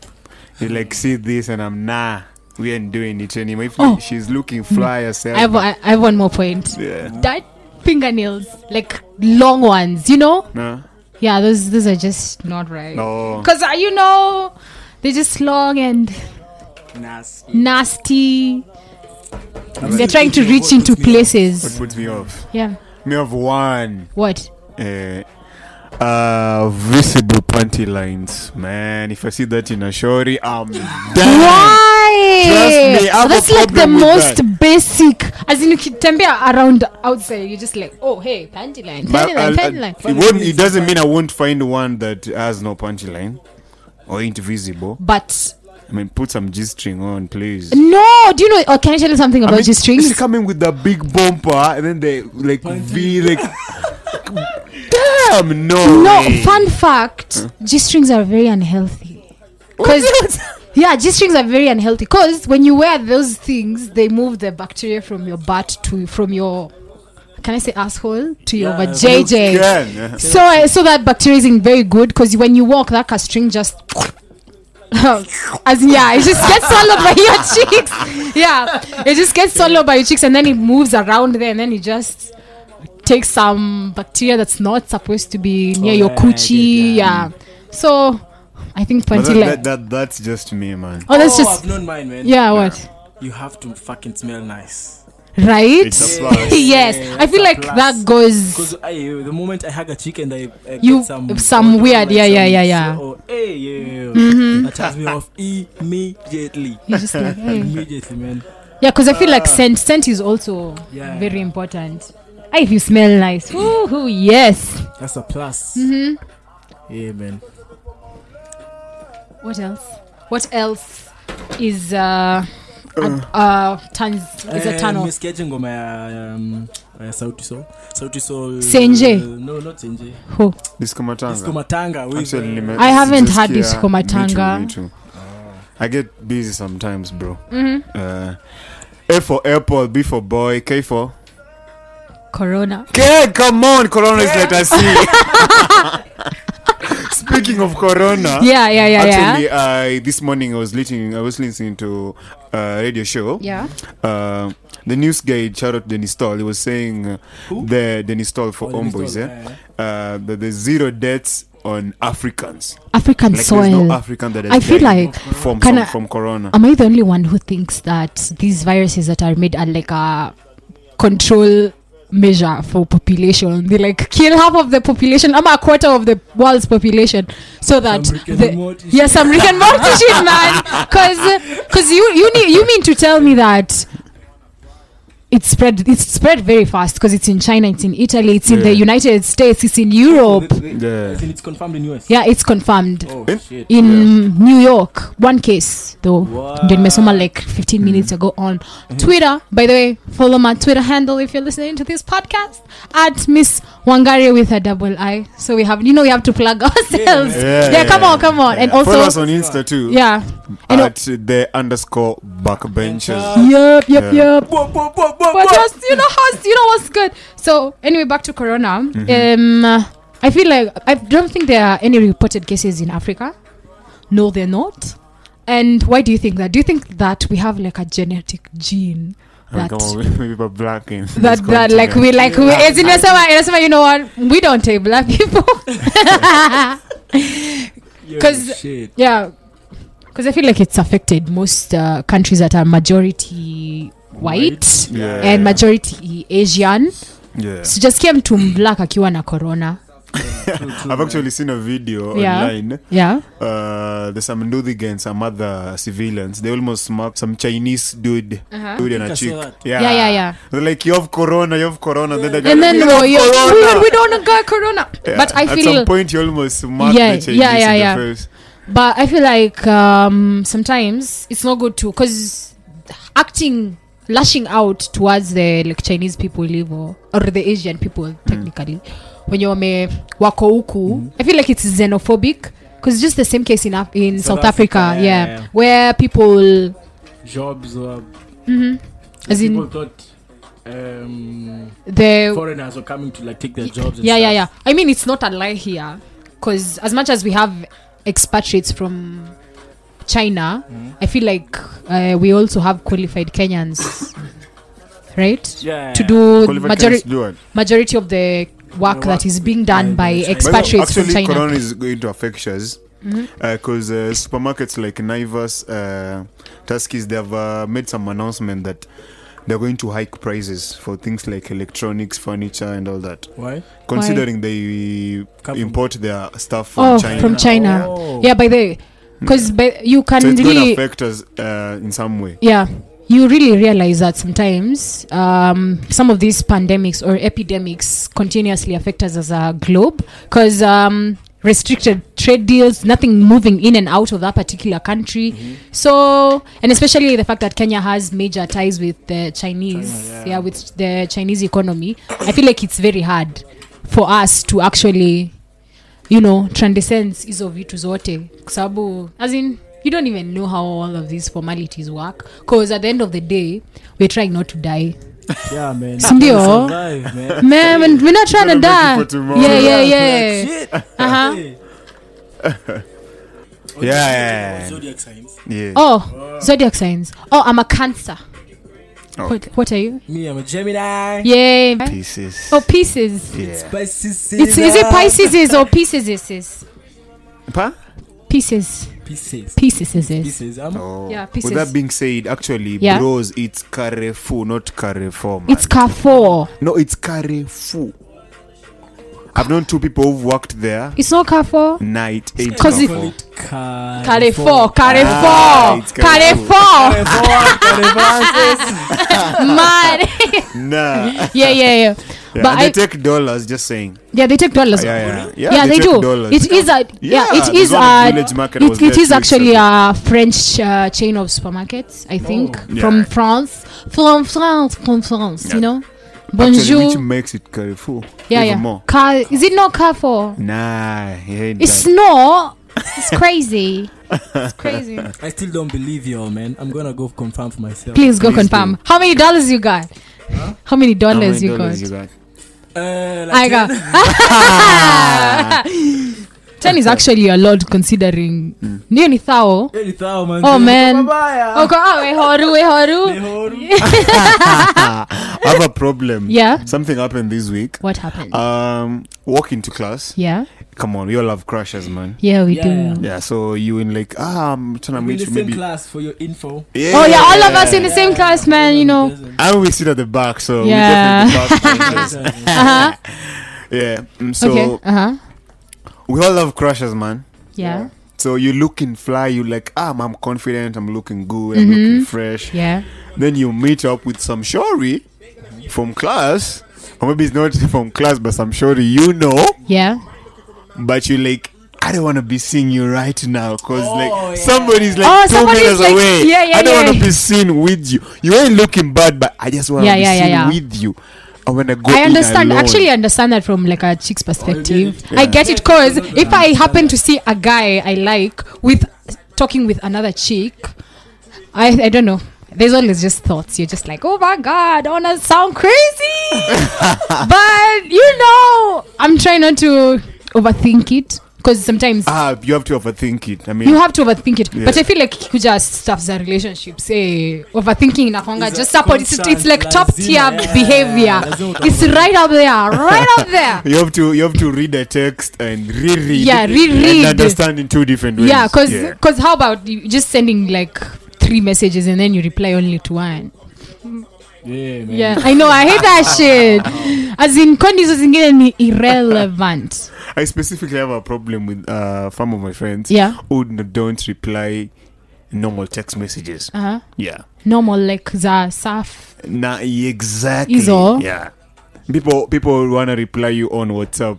[SPEAKER 5] You like see this and I'm nah. We ain't doing it anymore. If
[SPEAKER 4] Oh.
[SPEAKER 5] she's looking fly herself.
[SPEAKER 4] I have, I I have one more point
[SPEAKER 5] yeah.
[SPEAKER 4] that fingernails like long ones you know
[SPEAKER 5] No.
[SPEAKER 4] yeah those those are just not right
[SPEAKER 5] No.
[SPEAKER 4] because uh, you know they're just long and
[SPEAKER 3] Nasty.
[SPEAKER 4] nasty they're trying to reach into
[SPEAKER 5] What
[SPEAKER 4] places
[SPEAKER 5] puts me off?
[SPEAKER 4] yeah
[SPEAKER 5] Me off one.
[SPEAKER 4] what
[SPEAKER 5] Eh, uh, visible panty lines, man. If I see that in a shorty, I'm done.
[SPEAKER 4] Why? Oh,
[SPEAKER 5] Trust me, I have
[SPEAKER 4] that's
[SPEAKER 5] a
[SPEAKER 4] like the
[SPEAKER 5] problem with
[SPEAKER 4] most
[SPEAKER 5] that.
[SPEAKER 4] basic. As in, ukitembea around outside, you're just like, oh, hey, panty line, panty
[SPEAKER 5] But
[SPEAKER 4] line,
[SPEAKER 5] I'll-
[SPEAKER 4] panty
[SPEAKER 5] I'll-
[SPEAKER 4] line.
[SPEAKER 5] it, won't, it doesn't mean I won't find one that has no panty line or ain't visible.
[SPEAKER 4] But
[SPEAKER 5] I mean, put some G string on, please.
[SPEAKER 4] no, do you know? Oh, can I tell you something
[SPEAKER 5] I
[SPEAKER 4] about
[SPEAKER 5] mean,
[SPEAKER 4] G strings?
[SPEAKER 5] She's coming with a big bumper and then they like V, like. Damn, no.
[SPEAKER 4] No,
[SPEAKER 5] way.
[SPEAKER 4] fun fact: G strings are very unhealthy. Because yeah, G strings are very unhealthy. Because when you wear those things, they move the bacteria from your butt to from your. Can I say asshole to your
[SPEAKER 3] Yeah,
[SPEAKER 4] JJ?
[SPEAKER 5] Again.
[SPEAKER 4] So I so that bacteria is in very good because when you walk, that string just as in, yeah, it just gets swallowed by your cheeks. Yeah, it just gets swallowed by your cheeks, and then it moves around there, and then you just takes some bacteria that's not supposed to be near
[SPEAKER 3] Oh,
[SPEAKER 4] your
[SPEAKER 3] yeah, I
[SPEAKER 4] coochie.
[SPEAKER 3] did, yeah.
[SPEAKER 4] Yeah. So I think
[SPEAKER 5] But that,
[SPEAKER 4] Pantile.
[SPEAKER 5] that, that, that's just me, man.
[SPEAKER 4] oh, that's
[SPEAKER 3] I've
[SPEAKER 4] just.
[SPEAKER 3] known mine, man.
[SPEAKER 4] Yeah, what?
[SPEAKER 3] You have to fucking smell nice.
[SPEAKER 4] Right?
[SPEAKER 5] It's a plus.
[SPEAKER 4] yes.
[SPEAKER 3] Yeah,
[SPEAKER 4] I feel
[SPEAKER 3] it's a
[SPEAKER 4] like
[SPEAKER 3] plus.
[SPEAKER 4] that goes.
[SPEAKER 3] Because I, the moment I hug a chick and I, I
[SPEAKER 4] You-
[SPEAKER 3] get some
[SPEAKER 4] some weird, yeah, yeah, yeah, yeah.
[SPEAKER 3] So, oh, hey, yeah, yeah, yeah. that turns me off immediately,
[SPEAKER 4] You're just like, hey.
[SPEAKER 3] immediately, man.
[SPEAKER 4] Yeah, because I feel like scent scent is also
[SPEAKER 3] Yeah,
[SPEAKER 4] very
[SPEAKER 3] yeah.
[SPEAKER 4] important. Ah, if you smell nice, woohoo, yes. Mm-hmm.
[SPEAKER 3] That's a plus. Yeah, man.
[SPEAKER 4] What else? What else is uh, a, uh turns is a
[SPEAKER 3] Eh,
[SPEAKER 4] turn off?
[SPEAKER 3] nimesikia jengo ya um, ya sauti sol sauti sol
[SPEAKER 4] Senje?
[SPEAKER 3] no not senje
[SPEAKER 4] Oh,
[SPEAKER 5] Disco Matanga.
[SPEAKER 3] disco matanga with,
[SPEAKER 5] Actually,
[SPEAKER 3] eh,
[SPEAKER 5] nime-
[SPEAKER 4] I haven't
[SPEAKER 5] just
[SPEAKER 4] had
[SPEAKER 5] hear
[SPEAKER 4] Disco
[SPEAKER 5] me too,
[SPEAKER 4] Matanga.
[SPEAKER 5] me too. I get busy sometimes, bro.
[SPEAKER 4] Mm-hmm.
[SPEAKER 5] Uh, A for apple, B for boy, K for
[SPEAKER 4] corona.
[SPEAKER 5] K. Come on, Corona is let us see. Speaking of Corona,
[SPEAKER 4] Yeah, yeah, yeah,
[SPEAKER 5] actually,
[SPEAKER 4] yeah.
[SPEAKER 5] I this morning I was listening. I was listening to uh, radio show.
[SPEAKER 4] Yeah.
[SPEAKER 5] Uh, the news guy, shout out Dennis Toll. He was saying uh, the Dennis Toll for
[SPEAKER 3] Oh,
[SPEAKER 5] Homeboys.
[SPEAKER 3] Dennis Toll,
[SPEAKER 5] yeah, uh, that there's zero deaths on Africans.
[SPEAKER 4] African
[SPEAKER 5] Like there's
[SPEAKER 4] soil.
[SPEAKER 5] no African that has
[SPEAKER 4] I feel
[SPEAKER 5] died
[SPEAKER 4] like-
[SPEAKER 5] from
[SPEAKER 4] Can
[SPEAKER 5] from,
[SPEAKER 4] I-
[SPEAKER 5] from Corona.
[SPEAKER 4] Am I the only one who thinks that these viruses that are made are like a control measure for population? They like kill half of the population, I'm a quarter of the world's population, so that
[SPEAKER 3] Some Rick and
[SPEAKER 4] Ah, the
[SPEAKER 3] Morty shit.
[SPEAKER 4] yes, I'm Rick and Morty shit, man. Because because you you need, you mean to tell me that. It's spread. It's spread very fast because it's in China, it's in Italy, it's in the
[SPEAKER 5] Yeah.
[SPEAKER 4] United States, it's in
[SPEAKER 3] Oh,
[SPEAKER 4] Europe.
[SPEAKER 3] the- the-
[SPEAKER 5] Yeah.
[SPEAKER 3] as in it's confirmed in US.
[SPEAKER 4] Yeah, it's confirmed
[SPEAKER 3] Oh
[SPEAKER 5] Eh?
[SPEAKER 3] shit.
[SPEAKER 4] in New York. One case though. Ndio nimesoma
[SPEAKER 3] What?
[SPEAKER 4] like 15
[SPEAKER 5] Mm-hmm.
[SPEAKER 4] minutes ago on Twitter. By the way, follow my Twitter handle if you're listening to this podcast at Miss Wangari with a double I. So we have, you know, we have to plug ourselves. Yeah,
[SPEAKER 5] Yeah,
[SPEAKER 4] come on, come on, and
[SPEAKER 5] Follow us
[SPEAKER 4] also,
[SPEAKER 5] on Insta too.
[SPEAKER 4] yeah, and
[SPEAKER 5] At the underscore backbenchers.
[SPEAKER 3] Uh,
[SPEAKER 4] yep, yep,
[SPEAKER 5] Yeah.
[SPEAKER 4] yep.
[SPEAKER 3] Bo- bo- bo- bo-
[SPEAKER 4] But
[SPEAKER 3] bo-
[SPEAKER 4] just you know how's you know what's good. So anyway, back to Corona.
[SPEAKER 5] Mm-hmm.
[SPEAKER 4] Um, I feel like I don't think there are any reported cases in Africa. No, they're not. And why do you think that? Do you think that we have like a genetic gene
[SPEAKER 5] Oh,
[SPEAKER 4] that
[SPEAKER 5] come on, we people black in this
[SPEAKER 4] that that like
[SPEAKER 5] continent.
[SPEAKER 4] we like we as in Nasema, you know what? We don't take black people.
[SPEAKER 3] Yo,
[SPEAKER 4] 'cause-
[SPEAKER 3] shit.
[SPEAKER 4] yeah, because I feel like it's affected most uh, countries that are majority white.
[SPEAKER 3] White.
[SPEAKER 5] yeah,
[SPEAKER 4] And majority Asian,
[SPEAKER 5] yeah.
[SPEAKER 4] sijasikia mtu black akiwa na corona.
[SPEAKER 3] True, true,
[SPEAKER 5] I've
[SPEAKER 3] man.
[SPEAKER 5] actually seen a video
[SPEAKER 4] Yeah.
[SPEAKER 5] online.
[SPEAKER 4] Yeah.
[SPEAKER 5] Uh, there's some dude against some other civilians. They almost smacked some Chinese dude, dude and
[SPEAKER 3] I
[SPEAKER 5] a chick.
[SPEAKER 3] think I saw that.
[SPEAKER 5] Uh-huh. Yeah.
[SPEAKER 4] Yeah, yeah, yeah.
[SPEAKER 5] They're like, you have corona, you have corona. Then they go,
[SPEAKER 4] and then
[SPEAKER 5] "We
[SPEAKER 4] we,
[SPEAKER 5] have
[SPEAKER 4] we,
[SPEAKER 5] corona."
[SPEAKER 4] we, we don't got corona
[SPEAKER 5] Yeah,
[SPEAKER 4] but i
[SPEAKER 5] at
[SPEAKER 4] feel
[SPEAKER 5] some point you almost smacked
[SPEAKER 4] Yeah,
[SPEAKER 5] the Chinese
[SPEAKER 4] yeah, yeah,
[SPEAKER 5] in
[SPEAKER 4] yeah.
[SPEAKER 5] the face.
[SPEAKER 4] but i feel like um sometimes it's not good to because acting lashing out towards the like chinese people live or, or the asian people
[SPEAKER 5] Mm.
[SPEAKER 4] technically when you're me wako huku i feel like it's xenophobic because it's just the same case in Af- in south,
[SPEAKER 3] South
[SPEAKER 4] africa,
[SPEAKER 3] Africa,
[SPEAKER 4] yeah,
[SPEAKER 3] yeah, yeah.
[SPEAKER 4] where people
[SPEAKER 3] jobs were
[SPEAKER 4] as
[SPEAKER 3] people
[SPEAKER 4] in
[SPEAKER 3] thought um,
[SPEAKER 4] the
[SPEAKER 3] foreigners were coming to like take their jobs. And
[SPEAKER 4] yeah
[SPEAKER 3] stuff.
[SPEAKER 4] yeah yeah i mean it's not a lie here because as much as we have expatriates from china
[SPEAKER 3] Mm-hmm.
[SPEAKER 4] i feel like uh, we also have qualified kenyans right
[SPEAKER 3] Yeah.
[SPEAKER 4] to do
[SPEAKER 5] Qualified
[SPEAKER 4] majority
[SPEAKER 5] candidates do it.
[SPEAKER 4] majority of the work
[SPEAKER 3] The
[SPEAKER 4] that
[SPEAKER 3] work
[SPEAKER 4] is being done by
[SPEAKER 3] by the Chinese.
[SPEAKER 5] By the way,
[SPEAKER 4] expatriates from
[SPEAKER 5] actually,
[SPEAKER 4] china Mm-hmm.
[SPEAKER 5] corona is going to affect us because uh, supermarkets like Naivas, uh, Tuskies, they have uh, made some announcement that they're going to hike prices for things like electronics, furniture, and all that.
[SPEAKER 3] Why?
[SPEAKER 5] Considering they
[SPEAKER 3] Come from-
[SPEAKER 5] import their stuff from
[SPEAKER 4] oh
[SPEAKER 5] China, Hmm.
[SPEAKER 4] from china
[SPEAKER 3] Oh.
[SPEAKER 4] yeah by the because you can
[SPEAKER 5] so it's going to
[SPEAKER 4] really
[SPEAKER 5] affect us uh, in some way.
[SPEAKER 4] yeah you really realize that sometimes um, some of these pandemics or epidemics continuously affect us as a globe because um, restricted trade deals nothing moving in and out of that particular country
[SPEAKER 3] Mm-hmm.
[SPEAKER 4] so and especially the fact that kenya has major ties with the chinese
[SPEAKER 3] China,
[SPEAKER 4] yeah.
[SPEAKER 3] yeah.
[SPEAKER 4] with the chinese economy i feel like it's very hard for us to actually you know transcends hizo vitu zote kwa sababu as in you don't even know how all of these formalities work because at the end of the day we're trying not to die
[SPEAKER 3] Yeah, man.
[SPEAKER 4] Sindio?
[SPEAKER 3] Gotta survive, man.
[SPEAKER 4] man we're- we're not trying to
[SPEAKER 5] Better make
[SPEAKER 4] die
[SPEAKER 5] it for tomorrow.
[SPEAKER 4] yeah yeah
[SPEAKER 3] Like,
[SPEAKER 4] yeah
[SPEAKER 3] shit.
[SPEAKER 4] Uh-huh.
[SPEAKER 3] Hey.
[SPEAKER 5] Yeah, yeah, yeah.
[SPEAKER 3] Zodiac signs.
[SPEAKER 5] Yeah.
[SPEAKER 4] oh zodiac signs oh i'm a Oh, cancer What, what are you?
[SPEAKER 3] Me, I'm a Gemini.
[SPEAKER 4] Yay.
[SPEAKER 5] Pieces.
[SPEAKER 4] Oh, Pieces.
[SPEAKER 5] yeah.
[SPEAKER 3] Pisces.
[SPEAKER 4] It's, is it Pisces is or Pieces is is?
[SPEAKER 5] Pa?
[SPEAKER 4] Pieces.
[SPEAKER 3] Pisces.
[SPEAKER 4] Pieces is is.
[SPEAKER 3] Pisces. I'm
[SPEAKER 5] Oh.
[SPEAKER 4] Yeah,
[SPEAKER 5] With
[SPEAKER 4] pieces.
[SPEAKER 5] that being said, actually,
[SPEAKER 4] Yeah.
[SPEAKER 5] bros, it's Carrefour, not Carrefour. Man.
[SPEAKER 4] It's Carrefour.
[SPEAKER 5] no, it's Carrefour. I've known two people who've worked there.
[SPEAKER 4] It's not Carrefour.
[SPEAKER 5] Night eight.
[SPEAKER 4] Cause it-
[SPEAKER 5] Carrefour.
[SPEAKER 3] Carrefour.
[SPEAKER 4] Carrefour.
[SPEAKER 5] Ah,
[SPEAKER 4] Carrefour.
[SPEAKER 5] it's
[SPEAKER 4] Carrefour.
[SPEAKER 3] Carrefour. Carrefour.
[SPEAKER 4] Man.
[SPEAKER 5] nah.
[SPEAKER 4] yeah, yeah, yeah.
[SPEAKER 5] Yeah,
[SPEAKER 4] But
[SPEAKER 5] they
[SPEAKER 4] I,
[SPEAKER 5] take dollars. Just saying.
[SPEAKER 4] yeah, they take dollars.
[SPEAKER 5] Yeah, yeah,
[SPEAKER 4] yeah, they,
[SPEAKER 5] take
[SPEAKER 4] do.
[SPEAKER 5] Dollars.
[SPEAKER 4] It is a yeah,
[SPEAKER 5] Yeah,
[SPEAKER 4] it is
[SPEAKER 5] there's one
[SPEAKER 4] a
[SPEAKER 5] in Village Market, I was
[SPEAKER 4] it,
[SPEAKER 5] there
[SPEAKER 4] it
[SPEAKER 5] two
[SPEAKER 4] is
[SPEAKER 5] weeks
[SPEAKER 4] actually
[SPEAKER 5] ago.
[SPEAKER 4] a French uh, chain of supermarkets, I think,
[SPEAKER 5] Oh, Yeah.
[SPEAKER 4] from France, from France, from France.
[SPEAKER 5] Yeah.
[SPEAKER 4] You know,
[SPEAKER 5] Actually,
[SPEAKER 4] bonjour.
[SPEAKER 5] which makes it Carrefour.
[SPEAKER 4] yeah,
[SPEAKER 5] even
[SPEAKER 4] yeah.
[SPEAKER 5] More.
[SPEAKER 4] Car is it not Carrefour?
[SPEAKER 5] Nah, he ain't
[SPEAKER 4] It's
[SPEAKER 5] done.
[SPEAKER 4] not. It's crazy. it's crazy.
[SPEAKER 3] I still don't believe y'all, man. I'm gonna go confirm for myself.
[SPEAKER 4] Please go
[SPEAKER 5] Please
[SPEAKER 4] confirm. How many dollars you got? How many
[SPEAKER 5] How
[SPEAKER 4] dollars
[SPEAKER 5] many
[SPEAKER 4] you
[SPEAKER 5] dollars
[SPEAKER 4] got?
[SPEAKER 5] you got?
[SPEAKER 3] Uh, like
[SPEAKER 4] I got. Ten is actually a lot considering. Niyo ni thao.
[SPEAKER 3] Hey, thou, man.
[SPEAKER 4] Oh, man.
[SPEAKER 3] Babaya.
[SPEAKER 4] Okay, oh, wehoru, wehoru.
[SPEAKER 3] Nehoru.
[SPEAKER 5] I have a problem.
[SPEAKER 4] Yeah.
[SPEAKER 5] Something happened this week.
[SPEAKER 4] What happened?
[SPEAKER 5] Um, walk into class.
[SPEAKER 4] yeah.
[SPEAKER 5] Come on, we all have crushes, man.
[SPEAKER 4] Yeah, we
[SPEAKER 3] Yeah,
[SPEAKER 4] do.
[SPEAKER 3] yeah.
[SPEAKER 5] Yeah, so you in like ah, I'm trying
[SPEAKER 3] We're
[SPEAKER 5] to
[SPEAKER 3] in
[SPEAKER 5] meet
[SPEAKER 3] the
[SPEAKER 5] you
[SPEAKER 3] same
[SPEAKER 5] maybe.
[SPEAKER 3] class for your info.
[SPEAKER 4] Oh, yeah, all of us in the same class, man, you know.
[SPEAKER 5] I always sit at the back, so
[SPEAKER 4] Yeah.
[SPEAKER 5] we definitely pass crushes.
[SPEAKER 3] Doesn't.
[SPEAKER 4] Uh huh.
[SPEAKER 5] yeah. mm, So
[SPEAKER 4] Okay. Uh huh.
[SPEAKER 5] we all have crushes, man.
[SPEAKER 4] Yeah.
[SPEAKER 5] So you looking fly, you like ah, I'm confident, I'm looking good, I'm looking fresh.
[SPEAKER 4] Mm-hmm. Yeah.
[SPEAKER 5] Then you meet up with some shorty from class, or maybe it's not from class, but some shorty you know.
[SPEAKER 4] Yeah.
[SPEAKER 5] but you like I don't want to be seeing you right now because like
[SPEAKER 3] yeah.
[SPEAKER 5] somebody's like
[SPEAKER 4] Oh,
[SPEAKER 5] two
[SPEAKER 4] somebody's
[SPEAKER 5] meters
[SPEAKER 4] like-
[SPEAKER 5] away.
[SPEAKER 4] yeah, yeah,
[SPEAKER 5] I don't
[SPEAKER 4] yeah.
[SPEAKER 5] want to be seen with you. You ain't looking bad, but I just want to
[SPEAKER 4] Yeah,
[SPEAKER 5] be
[SPEAKER 4] yeah, yeah,
[SPEAKER 5] seen
[SPEAKER 4] yeah.
[SPEAKER 5] with you. I want to go.
[SPEAKER 4] I understand.
[SPEAKER 5] In alone.
[SPEAKER 4] Actually, I understand that from like a chick's perspective.
[SPEAKER 3] it.
[SPEAKER 4] I get it because
[SPEAKER 3] Yeah.
[SPEAKER 4] if I happen to see a guy I like with talking with another chick, I I don't know. There's always just thoughts. You're just like, oh my god, I wanna sound crazy, but you know, I'm trying not to overthink it because sometimes
[SPEAKER 5] ah, you have to overthink it. I mean,
[SPEAKER 4] you have to overthink it but
[SPEAKER 5] Yeah.
[SPEAKER 4] i feel like kuja stuff za relationships eh, overthinking inakwanga
[SPEAKER 3] It's
[SPEAKER 4] just
[SPEAKER 3] a
[SPEAKER 4] up it's, it's like
[SPEAKER 3] constant,
[SPEAKER 4] top tier
[SPEAKER 3] lazima, yeah,
[SPEAKER 4] behavior
[SPEAKER 3] lazima utakuwa-
[SPEAKER 4] it's right up there right up there
[SPEAKER 5] you have to you have to read a text and reread.
[SPEAKER 4] Yeah, reread.
[SPEAKER 5] And understand in two different ways.
[SPEAKER 4] yeah because how about you just sending like three messages and then you reply only to one
[SPEAKER 3] Yeah, man.
[SPEAKER 4] yeah i know i hate that shit as in kondi hizo zingine ni irrelevant
[SPEAKER 5] I specifically have a problem with uh, some of my friends
[SPEAKER 4] Yeah.
[SPEAKER 5] who n- don't reply normal text messages.
[SPEAKER 4] uh-huh.
[SPEAKER 5] Yeah.
[SPEAKER 4] normal like za saf
[SPEAKER 5] na exactly
[SPEAKER 4] Hizo.
[SPEAKER 5] yeah people people wanna reply you on whatsapp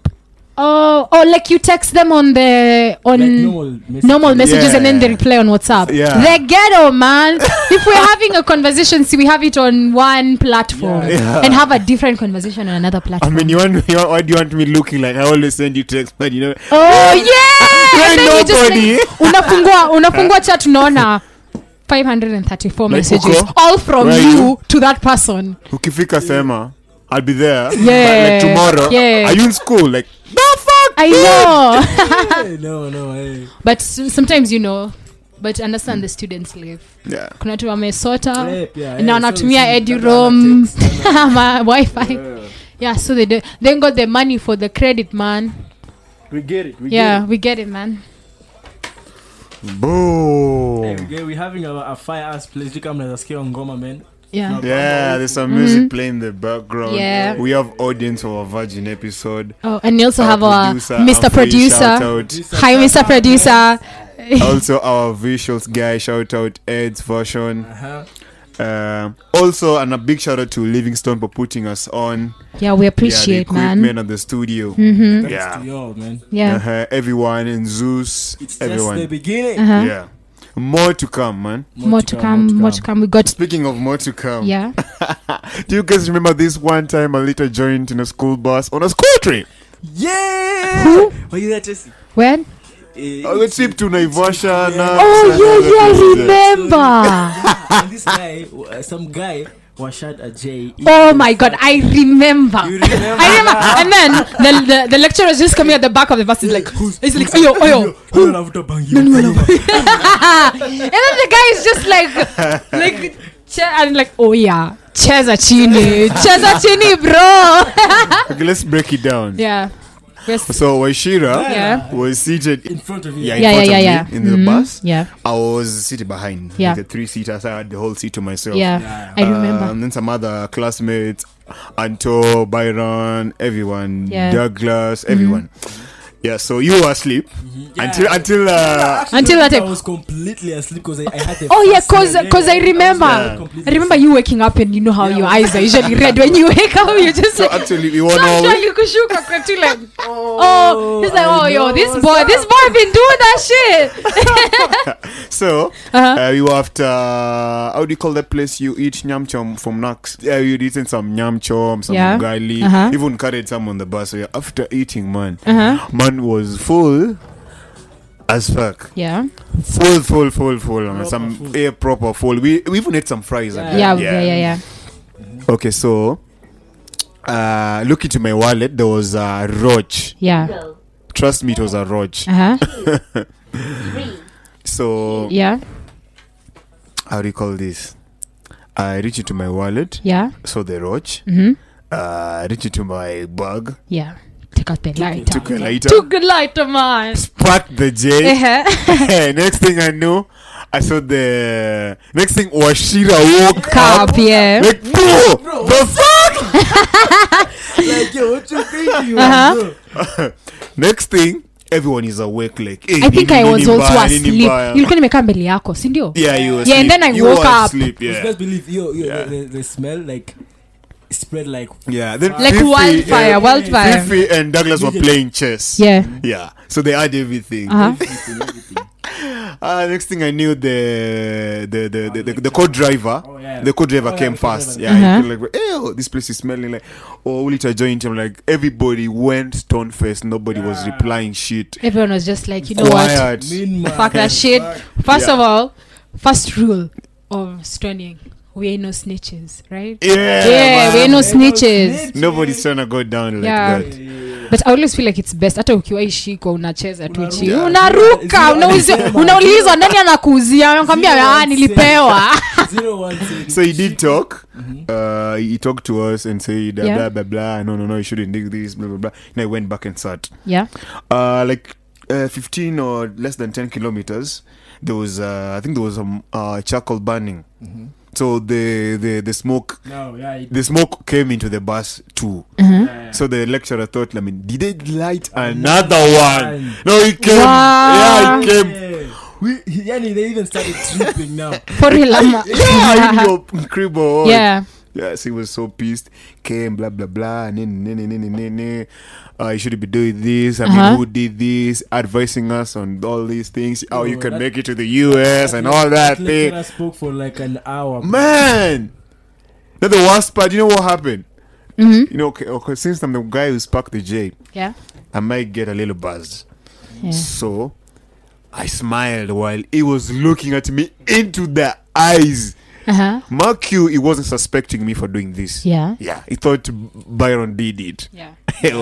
[SPEAKER 4] oh, oh like you text them on the on
[SPEAKER 3] Like normal message.
[SPEAKER 4] normal messages and then they
[SPEAKER 5] Yeah.
[SPEAKER 4] reply on WhatsApp.
[SPEAKER 5] Yeah.
[SPEAKER 4] They're ghetto, man. if we're having a conversation, see, we have it on one platform
[SPEAKER 5] Yeah.
[SPEAKER 4] and have a different conversation on another
[SPEAKER 5] i
[SPEAKER 4] platform.
[SPEAKER 5] mean you want, you want why do you want me looking like i always send you text but you know
[SPEAKER 4] oh, yeah!
[SPEAKER 5] Hey,
[SPEAKER 4] And then you just
[SPEAKER 5] nobody.
[SPEAKER 4] like- unafungua, unafungua chat unaona 534
[SPEAKER 5] Like
[SPEAKER 4] messages
[SPEAKER 5] uko?
[SPEAKER 4] all from
[SPEAKER 5] Where are
[SPEAKER 4] you,
[SPEAKER 5] you?
[SPEAKER 4] to that person
[SPEAKER 5] ukifika sema i'll be there
[SPEAKER 4] Yeah.
[SPEAKER 5] but like tomorrow
[SPEAKER 4] Yeah.
[SPEAKER 5] are you in school like
[SPEAKER 4] the fuck i know
[SPEAKER 3] Hey, no, no, hey.
[SPEAKER 4] but s- sometimes you know but understand the students live
[SPEAKER 5] yeah
[SPEAKER 4] kuna tu wamesota
[SPEAKER 3] Yeah, yeah, yeah,
[SPEAKER 4] na
[SPEAKER 3] so
[SPEAKER 4] wanatumia
[SPEAKER 3] it's-
[SPEAKER 4] edurom
[SPEAKER 3] that text,
[SPEAKER 4] ama wifi yeah so they do, then got the money for the credit man
[SPEAKER 3] We get it. We
[SPEAKER 4] yeah we get it man
[SPEAKER 3] Get it.
[SPEAKER 5] boom
[SPEAKER 3] Hey, okay, we're having a, a fire ass place. You come and ask on Goma, man.
[SPEAKER 4] yeah
[SPEAKER 5] yeah there's some music playing in the background
[SPEAKER 4] Mm-hmm. Yeah.
[SPEAKER 5] we have audience of our virgin episode
[SPEAKER 4] oh and we also
[SPEAKER 5] Our
[SPEAKER 4] have our
[SPEAKER 5] producer,
[SPEAKER 4] mr
[SPEAKER 5] our free shout
[SPEAKER 4] producer
[SPEAKER 5] out.
[SPEAKER 4] hi mr producer
[SPEAKER 5] also our visuals guy shout out ed's version
[SPEAKER 3] Uh-huh.
[SPEAKER 5] Um, also, and a big shout out to Livingstone for putting us on.
[SPEAKER 4] yeah we
[SPEAKER 5] yeah,
[SPEAKER 4] appreciate
[SPEAKER 5] the
[SPEAKER 4] man
[SPEAKER 5] equipment at the studio.
[SPEAKER 4] mm-hmm.
[SPEAKER 3] Thanks
[SPEAKER 5] Yeah.
[SPEAKER 3] to y'all, man.
[SPEAKER 4] yeah
[SPEAKER 5] Uh-huh, everyone in Zeus.
[SPEAKER 3] It's just
[SPEAKER 5] everyone.
[SPEAKER 3] the beginning.
[SPEAKER 4] uh-huh.
[SPEAKER 5] Yeah. More to come, man.
[SPEAKER 4] more to come more to come we got
[SPEAKER 5] Speaking of more to come,
[SPEAKER 4] yeah
[SPEAKER 5] do you guys remember this one time a little joint in a school bus on a school trip?
[SPEAKER 3] Yeah.
[SPEAKER 4] Who?
[SPEAKER 3] Were you there, Jesse?
[SPEAKER 4] when
[SPEAKER 3] Eh,
[SPEAKER 5] On a trip to Naivasha.
[SPEAKER 3] Yeah.
[SPEAKER 5] Nax,
[SPEAKER 4] oh
[SPEAKER 5] and
[SPEAKER 4] yeah
[SPEAKER 5] all that
[SPEAKER 4] yeah I
[SPEAKER 5] business.
[SPEAKER 4] remember
[SPEAKER 3] and this guy, uh, some guy, was shot a J. E.
[SPEAKER 4] oh my god i remember
[SPEAKER 3] You remember?
[SPEAKER 4] I remember, and then the, the, the lecturer is just coming at the back of the bus. He's like, he's like, oyo, oyo,
[SPEAKER 3] Who? Who? Who? Who?
[SPEAKER 4] and then the guy is just like like Che- and like oh yeah cheza chini cheza chini bro
[SPEAKER 5] Okay, let's break it down.
[SPEAKER 4] yeah We're s-
[SPEAKER 5] So Waishira
[SPEAKER 4] Yeah.
[SPEAKER 5] was seated
[SPEAKER 3] in front of you.
[SPEAKER 5] yeah, in
[SPEAKER 4] yeah yeah
[SPEAKER 5] front
[SPEAKER 4] yeah
[SPEAKER 5] of
[SPEAKER 4] yeah
[SPEAKER 5] me in the
[SPEAKER 4] Mhm.
[SPEAKER 5] bus.
[SPEAKER 4] yeah
[SPEAKER 5] I was seated behind.
[SPEAKER 4] Yeah.
[SPEAKER 5] Like a three seater, so I had the whole seat to myself.
[SPEAKER 4] yeah,
[SPEAKER 3] Yeah.
[SPEAKER 4] i remember
[SPEAKER 5] Um, then some other classmates, Anto, Byron, everyone,
[SPEAKER 4] Yeah. Mm-hmm.
[SPEAKER 5] Douglas, everyone. Yeah, so you were asleep
[SPEAKER 3] Yeah.
[SPEAKER 5] until until uh,
[SPEAKER 4] Until that
[SPEAKER 3] I
[SPEAKER 4] time-
[SPEAKER 3] was completely asleep because I, I had. a
[SPEAKER 4] Oh yeah,
[SPEAKER 3] fast
[SPEAKER 4] cause
[SPEAKER 3] night.
[SPEAKER 4] cause I
[SPEAKER 3] was
[SPEAKER 4] remember.
[SPEAKER 3] completely
[SPEAKER 4] I remember you waking up and you know how
[SPEAKER 3] Yeah,
[SPEAKER 4] your
[SPEAKER 3] I
[SPEAKER 4] eyes are usually red when you wake up. You just
[SPEAKER 5] so
[SPEAKER 4] like,
[SPEAKER 5] actually
[SPEAKER 4] so
[SPEAKER 5] we were
[SPEAKER 4] sure
[SPEAKER 5] all
[SPEAKER 4] you could shook up you're too like oh he's like
[SPEAKER 3] I
[SPEAKER 4] oh yo
[SPEAKER 3] know
[SPEAKER 4] this
[SPEAKER 3] what's
[SPEAKER 4] boy this boy been doing that shit.
[SPEAKER 5] so
[SPEAKER 4] Uh-huh.
[SPEAKER 5] uh we were after uh, how do you call that place you eat nyam chom from Nax? Yeah, you'd eaten some nyam chom, some
[SPEAKER 4] Yeah.
[SPEAKER 5] ugali,
[SPEAKER 4] Uh-huh.
[SPEAKER 5] even carried some on the bus. So yeah, after eating, man,
[SPEAKER 4] Uh-huh.
[SPEAKER 5] man was full as fuck.
[SPEAKER 4] Yeah.
[SPEAKER 5] full, full, full, full. I mean,
[SPEAKER 3] Proper
[SPEAKER 5] some
[SPEAKER 3] full.
[SPEAKER 5] air proper full. We, we even ate some fries. and
[SPEAKER 4] Yeah,
[SPEAKER 5] that,
[SPEAKER 4] yeah, yeah, yeah.
[SPEAKER 5] Okay, so uh, look into my wallet. There was a roach.
[SPEAKER 4] Yeah.
[SPEAKER 5] Trust me, it was a roach.
[SPEAKER 4] Uh-huh.
[SPEAKER 5] So
[SPEAKER 4] Yeah.
[SPEAKER 5] how do you call this? I reach into my wallet,
[SPEAKER 4] Yeah.
[SPEAKER 5] saw the roach.
[SPEAKER 4] Mhm.
[SPEAKER 5] Uh, reach into my bag,
[SPEAKER 4] Yeah. Take out the lighter.
[SPEAKER 5] took a lighter,
[SPEAKER 4] Took a lighter, man.
[SPEAKER 5] spat the J.
[SPEAKER 4] Uh-huh.
[SPEAKER 5] next thing I knew, I saw the next thing Washira woke
[SPEAKER 4] Cup,
[SPEAKER 5] up.
[SPEAKER 4] yeah.
[SPEAKER 5] Like, bro, the fuck?
[SPEAKER 3] like, yo, what you think you
[SPEAKER 4] Uh-huh.
[SPEAKER 3] are, bro?
[SPEAKER 5] next thing everyone is awake like hey,
[SPEAKER 4] I think I
[SPEAKER 5] nini
[SPEAKER 4] was
[SPEAKER 5] mbaya,
[SPEAKER 4] also
[SPEAKER 5] nini
[SPEAKER 4] asleep.
[SPEAKER 5] mbaya?
[SPEAKER 4] Ilikuwa nimekaa mbele yako, si ndio?
[SPEAKER 5] yeah you were
[SPEAKER 4] Yeah, and
[SPEAKER 5] asleep.
[SPEAKER 4] then I
[SPEAKER 5] You
[SPEAKER 4] woke
[SPEAKER 5] were
[SPEAKER 4] up.
[SPEAKER 5] asleep,
[SPEAKER 3] You
[SPEAKER 5] yeah
[SPEAKER 3] best believe, yo, yo,
[SPEAKER 5] Yeah.
[SPEAKER 3] the, the, the smell like spread like.
[SPEAKER 5] yeah then
[SPEAKER 4] Like
[SPEAKER 5] Fifi,
[SPEAKER 4] wildfire,
[SPEAKER 5] yeah,
[SPEAKER 4] wildfire.
[SPEAKER 5] Fifi and Douglas were playing chess
[SPEAKER 4] Yeah.
[SPEAKER 5] yeah so they had everything
[SPEAKER 4] Uh-huh.
[SPEAKER 3] everything, everything.
[SPEAKER 5] uh, next thing I knew the the the the, the, the co-driver
[SPEAKER 3] Oh, yeah.
[SPEAKER 5] the co-driver
[SPEAKER 3] Oh, yeah,
[SPEAKER 5] came
[SPEAKER 3] the
[SPEAKER 5] fast
[SPEAKER 3] co-driver.
[SPEAKER 5] yeah
[SPEAKER 4] Uh-huh.
[SPEAKER 5] he feel like oh this place is smelling like oh will it join him like everybody went stone faced nobody was
[SPEAKER 3] Yeah.
[SPEAKER 5] replying shit
[SPEAKER 4] Everyone was just like, you know what?
[SPEAKER 5] quiet
[SPEAKER 3] Mean man.
[SPEAKER 4] Fuck that shit. First
[SPEAKER 5] Yeah.
[SPEAKER 4] of all, first rule of stoning, we ain't no snitches, right?
[SPEAKER 5] yeah,
[SPEAKER 4] Yeah, we
[SPEAKER 5] man.
[SPEAKER 4] ain't no
[SPEAKER 3] Hey, no
[SPEAKER 4] snitches.
[SPEAKER 3] snitch.
[SPEAKER 5] nobody's trying to go down like
[SPEAKER 4] Yeah.
[SPEAKER 5] that
[SPEAKER 4] But I always feel like it's best hata ukiwa ishikwa unacheza tu
[SPEAKER 3] Unaruka.
[SPEAKER 4] chini.
[SPEAKER 5] Yeah.
[SPEAKER 4] Unaruka,
[SPEAKER 3] Yeah.
[SPEAKER 4] unaulizwa,
[SPEAKER 3] Yeah.
[SPEAKER 4] unaulizwa nani anakuuzia? Anakuambia ah,
[SPEAKER 3] Yeah.
[SPEAKER 4] nilipewa.
[SPEAKER 3] Zero one six.
[SPEAKER 5] So he did talk. Uh, he talked to us and said uh,
[SPEAKER 4] Mm-hmm. Yeah.
[SPEAKER 5] blah blah blah. No no no, you shouldn't do this. Blah blah blah. And I went back and sat.
[SPEAKER 4] Yeah.
[SPEAKER 5] Uh, like uh, fifteen or less than ten kilometers. There was uh, I think there was some uh, charcoal burning.
[SPEAKER 4] Mm-hmm.
[SPEAKER 5] So the, the the smoke
[SPEAKER 3] No, yeah, he
[SPEAKER 5] the smoke came into the bus too.
[SPEAKER 4] Mm-hmm.
[SPEAKER 3] yeah.
[SPEAKER 5] So the lecturer thought, I mean, did they light another one? No, he came.
[SPEAKER 4] Wow.
[SPEAKER 5] Yeah, he came.
[SPEAKER 3] Yeah. We, he- yani, they even started tripping now.
[SPEAKER 4] For real ama.
[SPEAKER 5] Yeah, in your cribble.
[SPEAKER 4] Yeah.
[SPEAKER 5] Yes, he was so pissed. Came, blah, blah, blah. Ne, ne, ne, ne, ne, ne, ne. Uh, you should be doing this. I
[SPEAKER 4] Uh-huh.
[SPEAKER 5] mean, who did this? Advising us on all these things. How you
[SPEAKER 3] Oh,
[SPEAKER 5] can
[SPEAKER 3] that-
[SPEAKER 5] make it to the US and all that
[SPEAKER 3] lecturer
[SPEAKER 5] thing.
[SPEAKER 3] spoke for like an hour. bro.
[SPEAKER 5] Man! That's the worst part. You know what happened?
[SPEAKER 3] Mm-hmm.
[SPEAKER 5] You know, okay, okay, since I'm the guy who sparked the J,
[SPEAKER 4] Yeah.
[SPEAKER 5] I might get a little buzzed.
[SPEAKER 4] Yeah.
[SPEAKER 5] So, I smiled while he was looking at me into the eyes.
[SPEAKER 4] Uh-huh.
[SPEAKER 5] Mark you, he wasn't suspecting me for doing this.
[SPEAKER 4] Yeah.
[SPEAKER 5] Yeah, he thought Byron did it.
[SPEAKER 4] Yeah.
[SPEAKER 5] it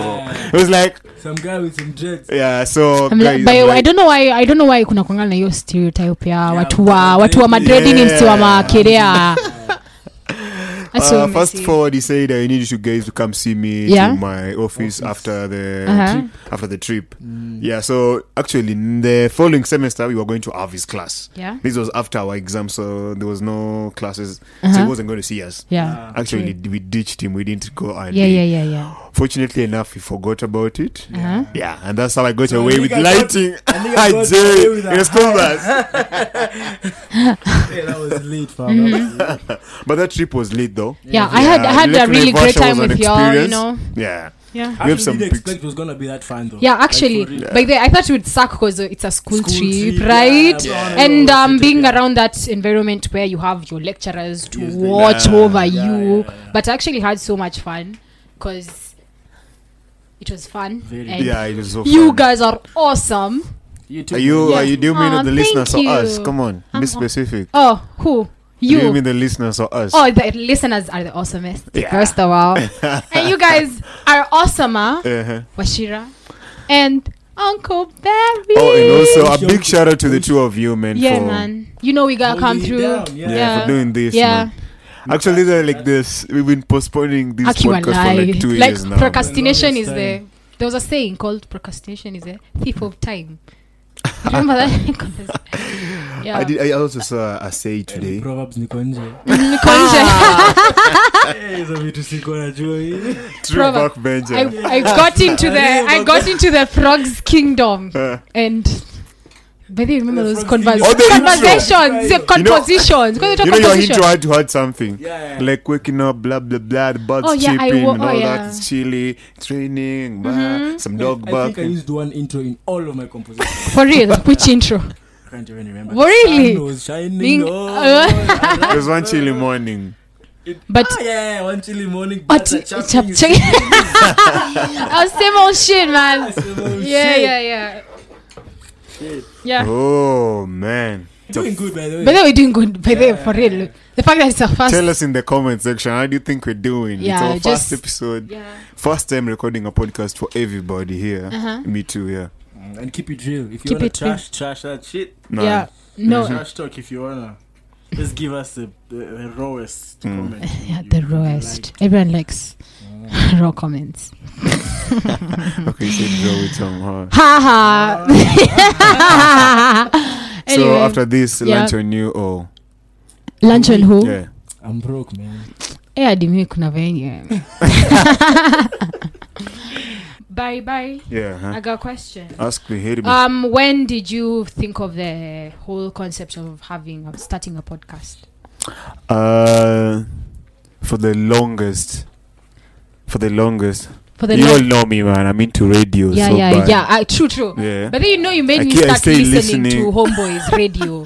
[SPEAKER 5] was like,
[SPEAKER 3] Some guy with some dreads.
[SPEAKER 5] yeah, so
[SPEAKER 4] I'm like,
[SPEAKER 5] guys,
[SPEAKER 4] by the way, I
[SPEAKER 5] like,
[SPEAKER 4] don't know why I don't know why kuna kwangana na hiyo stereotype ya watu wa
[SPEAKER 3] kuna
[SPEAKER 4] watu wa Madrid ni msi wa
[SPEAKER 5] Yeah.
[SPEAKER 4] makerea. That's so
[SPEAKER 5] uh, fast
[SPEAKER 4] messy.
[SPEAKER 5] forward, he said, I need you guys to come see me
[SPEAKER 4] Yeah.
[SPEAKER 5] to my office, after the
[SPEAKER 4] Uh-huh.
[SPEAKER 5] trip, after the trip.
[SPEAKER 3] Mm.
[SPEAKER 5] Yeah, so actually, in the following semester, we were going to Avi's class.
[SPEAKER 4] Yeah.
[SPEAKER 5] This was after our exam, so there was no classes, so
[SPEAKER 4] Uh-huh.
[SPEAKER 5] he wasn't going to see us.
[SPEAKER 4] Yeah.
[SPEAKER 3] Ah,
[SPEAKER 5] Actually, we ditched him. We didn't go. And
[SPEAKER 4] Yeah, yeah, yeah, yeah.
[SPEAKER 5] Fortunately enough, he forgot about it.
[SPEAKER 4] Uh-huh.
[SPEAKER 5] Yeah, and that's how I got
[SPEAKER 3] So
[SPEAKER 5] away
[SPEAKER 3] I
[SPEAKER 5] with
[SPEAKER 3] think I got-
[SPEAKER 5] lighting.
[SPEAKER 3] I think
[SPEAKER 5] I
[SPEAKER 3] I got
[SPEAKER 5] did.
[SPEAKER 3] away with a
[SPEAKER 5] It was cool, man.
[SPEAKER 3] Hey, that was late, fam.
[SPEAKER 4] Mm-hmm.
[SPEAKER 3] That was late.
[SPEAKER 5] But that trip was lit though.
[SPEAKER 4] Yeah, I had I had a
[SPEAKER 5] Lake
[SPEAKER 4] really great
[SPEAKER 5] Naivasha
[SPEAKER 4] time
[SPEAKER 5] was an
[SPEAKER 4] with y'all, you
[SPEAKER 5] experience.
[SPEAKER 4] know.
[SPEAKER 5] Yeah.
[SPEAKER 4] Yeah.
[SPEAKER 3] I
[SPEAKER 5] have some
[SPEAKER 3] didn't
[SPEAKER 5] pics.
[SPEAKER 3] expect it was gonna be that fun though.
[SPEAKER 4] Yeah,
[SPEAKER 3] Like,
[SPEAKER 4] actually,
[SPEAKER 3] for
[SPEAKER 4] by
[SPEAKER 3] real.
[SPEAKER 4] the way, I thought it would suck because it's a school,
[SPEAKER 3] School
[SPEAKER 4] trip,
[SPEAKER 3] trip,
[SPEAKER 4] right?
[SPEAKER 3] yeah, yeah.
[SPEAKER 4] And um, being
[SPEAKER 3] Yeah.
[SPEAKER 4] around that environment where you have your lecturers to
[SPEAKER 5] Yes, they-
[SPEAKER 4] watch
[SPEAKER 5] Yeah,
[SPEAKER 4] over
[SPEAKER 3] yeah,
[SPEAKER 4] you.
[SPEAKER 3] yeah, yeah.
[SPEAKER 4] But I actually had so much fun because it was fun.
[SPEAKER 3] Very.
[SPEAKER 4] and
[SPEAKER 5] Yeah, it was so
[SPEAKER 4] you
[SPEAKER 5] fun.
[SPEAKER 4] guys are awesome.
[SPEAKER 3] You too.
[SPEAKER 5] Are you
[SPEAKER 4] Yeah.
[SPEAKER 5] are you do you mean
[SPEAKER 4] Aw,
[SPEAKER 5] the
[SPEAKER 4] thank
[SPEAKER 5] listeners or us?
[SPEAKER 4] you.
[SPEAKER 5] Come on.
[SPEAKER 4] I'm
[SPEAKER 5] Be
[SPEAKER 4] ho-
[SPEAKER 5] specific.
[SPEAKER 4] Oh, who?
[SPEAKER 5] Do you
[SPEAKER 4] You.
[SPEAKER 5] mean the listeners or us?
[SPEAKER 4] Oh, the listeners are the awesomest,
[SPEAKER 5] Yeah.
[SPEAKER 4] first of all. and you guys are awesomer,
[SPEAKER 5] Uh-huh.
[SPEAKER 4] Washira. And Uncle Barry.
[SPEAKER 5] Oh, and also a big shout out to the two of you, man.
[SPEAKER 4] yeah,
[SPEAKER 5] for,
[SPEAKER 4] man. You know we gotta come
[SPEAKER 3] Holding it
[SPEAKER 4] through.
[SPEAKER 3] down, yeah.
[SPEAKER 5] Yeah,
[SPEAKER 4] Yeah.
[SPEAKER 5] for doing this.
[SPEAKER 4] Yeah.
[SPEAKER 5] man. Actually, they're like this. We've been postponing this
[SPEAKER 4] Akiwa
[SPEAKER 5] podcast for like two
[SPEAKER 4] lie. Like
[SPEAKER 5] years now. man.
[SPEAKER 4] procrastination
[SPEAKER 3] The
[SPEAKER 4] is
[SPEAKER 3] longest
[SPEAKER 4] the there was a saying called procrastination is a thief of time. You Remember that? yeah.
[SPEAKER 5] I did. I also saw a say today.
[SPEAKER 3] Proverbs niko nje.
[SPEAKER 4] Nikonje.
[SPEAKER 5] Ah,
[SPEAKER 3] Eh, hizo vitu sikuwa najua hivi.
[SPEAKER 5] True
[SPEAKER 4] Proverb.
[SPEAKER 5] backbencher.
[SPEAKER 4] I, I got into the I got into the frogs kingdom and by the way, remember
[SPEAKER 3] The
[SPEAKER 4] those
[SPEAKER 3] frogs
[SPEAKER 4] convers-
[SPEAKER 5] kingdom. Oh, Uh. the intro.
[SPEAKER 4] conversations, the
[SPEAKER 5] You know-
[SPEAKER 4] compositions. Because
[SPEAKER 5] you know your intro had to add something
[SPEAKER 3] Yeah, yeah.
[SPEAKER 5] like waking up blah blah blah the birds
[SPEAKER 4] Oh, yeah, I
[SPEAKER 5] chirping
[SPEAKER 4] wo-
[SPEAKER 5] and
[SPEAKER 4] oh,
[SPEAKER 5] all
[SPEAKER 4] yeah. Mm-hmm.
[SPEAKER 5] that chilly training bah, some dog
[SPEAKER 3] I think I
[SPEAKER 5] barking
[SPEAKER 3] used one intro in all of my compositions.
[SPEAKER 4] For real, which intro?
[SPEAKER 3] I can't even remember.
[SPEAKER 4] Oh, really?
[SPEAKER 3] Sun was shining.
[SPEAKER 4] Being-
[SPEAKER 3] oh,
[SPEAKER 5] it was one chilly morning
[SPEAKER 4] But Oh,
[SPEAKER 3] Ah, yeah, yeah, one chilly morning.
[SPEAKER 4] what?
[SPEAKER 3] birds are
[SPEAKER 4] Chap-
[SPEAKER 3] chirping,
[SPEAKER 4] check- I was same old shit, man.
[SPEAKER 3] it's the most
[SPEAKER 4] Yeah,
[SPEAKER 3] shit.
[SPEAKER 4] yeah, yeah.
[SPEAKER 3] Shit.
[SPEAKER 4] Yeah.
[SPEAKER 5] oh man
[SPEAKER 3] You're doing good, by the way.
[SPEAKER 4] But then we're doing good. By the way, for real, the fact that it's a first.
[SPEAKER 5] tell us in the comment section how do you think we're doing
[SPEAKER 4] Yeah,
[SPEAKER 5] it's our
[SPEAKER 4] just-
[SPEAKER 5] first episode
[SPEAKER 4] Yeah.
[SPEAKER 5] first time recording a podcast for everybody here
[SPEAKER 4] Uh-huh.
[SPEAKER 5] me too yeah
[SPEAKER 3] Mm, and keep it real. If you
[SPEAKER 4] Keep
[SPEAKER 3] wanna
[SPEAKER 4] it real.
[SPEAKER 3] trash, trash that shit.
[SPEAKER 5] no
[SPEAKER 4] Yeah. No.
[SPEAKER 3] Trash talk if you wanna. Just give us the, the, the rawest
[SPEAKER 5] Mm.
[SPEAKER 3] comment.
[SPEAKER 4] Yeah, the rawest. Everyone likes raw comments.
[SPEAKER 5] okay you said draw with some huh?
[SPEAKER 4] Ha ha.
[SPEAKER 5] so
[SPEAKER 4] anyway,
[SPEAKER 5] after this
[SPEAKER 4] Yeah.
[SPEAKER 5] lunch on you oh
[SPEAKER 4] lunch on who?
[SPEAKER 5] yeah
[SPEAKER 3] I'm broke, man.
[SPEAKER 4] Eh, hadi mimi kuna venye. bye bye.
[SPEAKER 5] yeah huh?
[SPEAKER 4] I got a question.
[SPEAKER 5] ask me hit Uh, me
[SPEAKER 4] Um, when did you think of the whole concept of having of starting a podcast?
[SPEAKER 5] Uh, for the longest, for the longest,
[SPEAKER 4] For the
[SPEAKER 5] you all
[SPEAKER 4] last,
[SPEAKER 5] know me, man. I'm into radio.
[SPEAKER 4] yeah,
[SPEAKER 5] so
[SPEAKER 4] yeah,
[SPEAKER 5] bad.
[SPEAKER 4] yeah. Uh, true, true.
[SPEAKER 5] Yeah.
[SPEAKER 4] But then you know you made
[SPEAKER 5] I
[SPEAKER 4] me
[SPEAKER 5] keep- I
[SPEAKER 4] start
[SPEAKER 5] stay
[SPEAKER 4] listening, to
[SPEAKER 5] listening.
[SPEAKER 4] Homeboys Radio.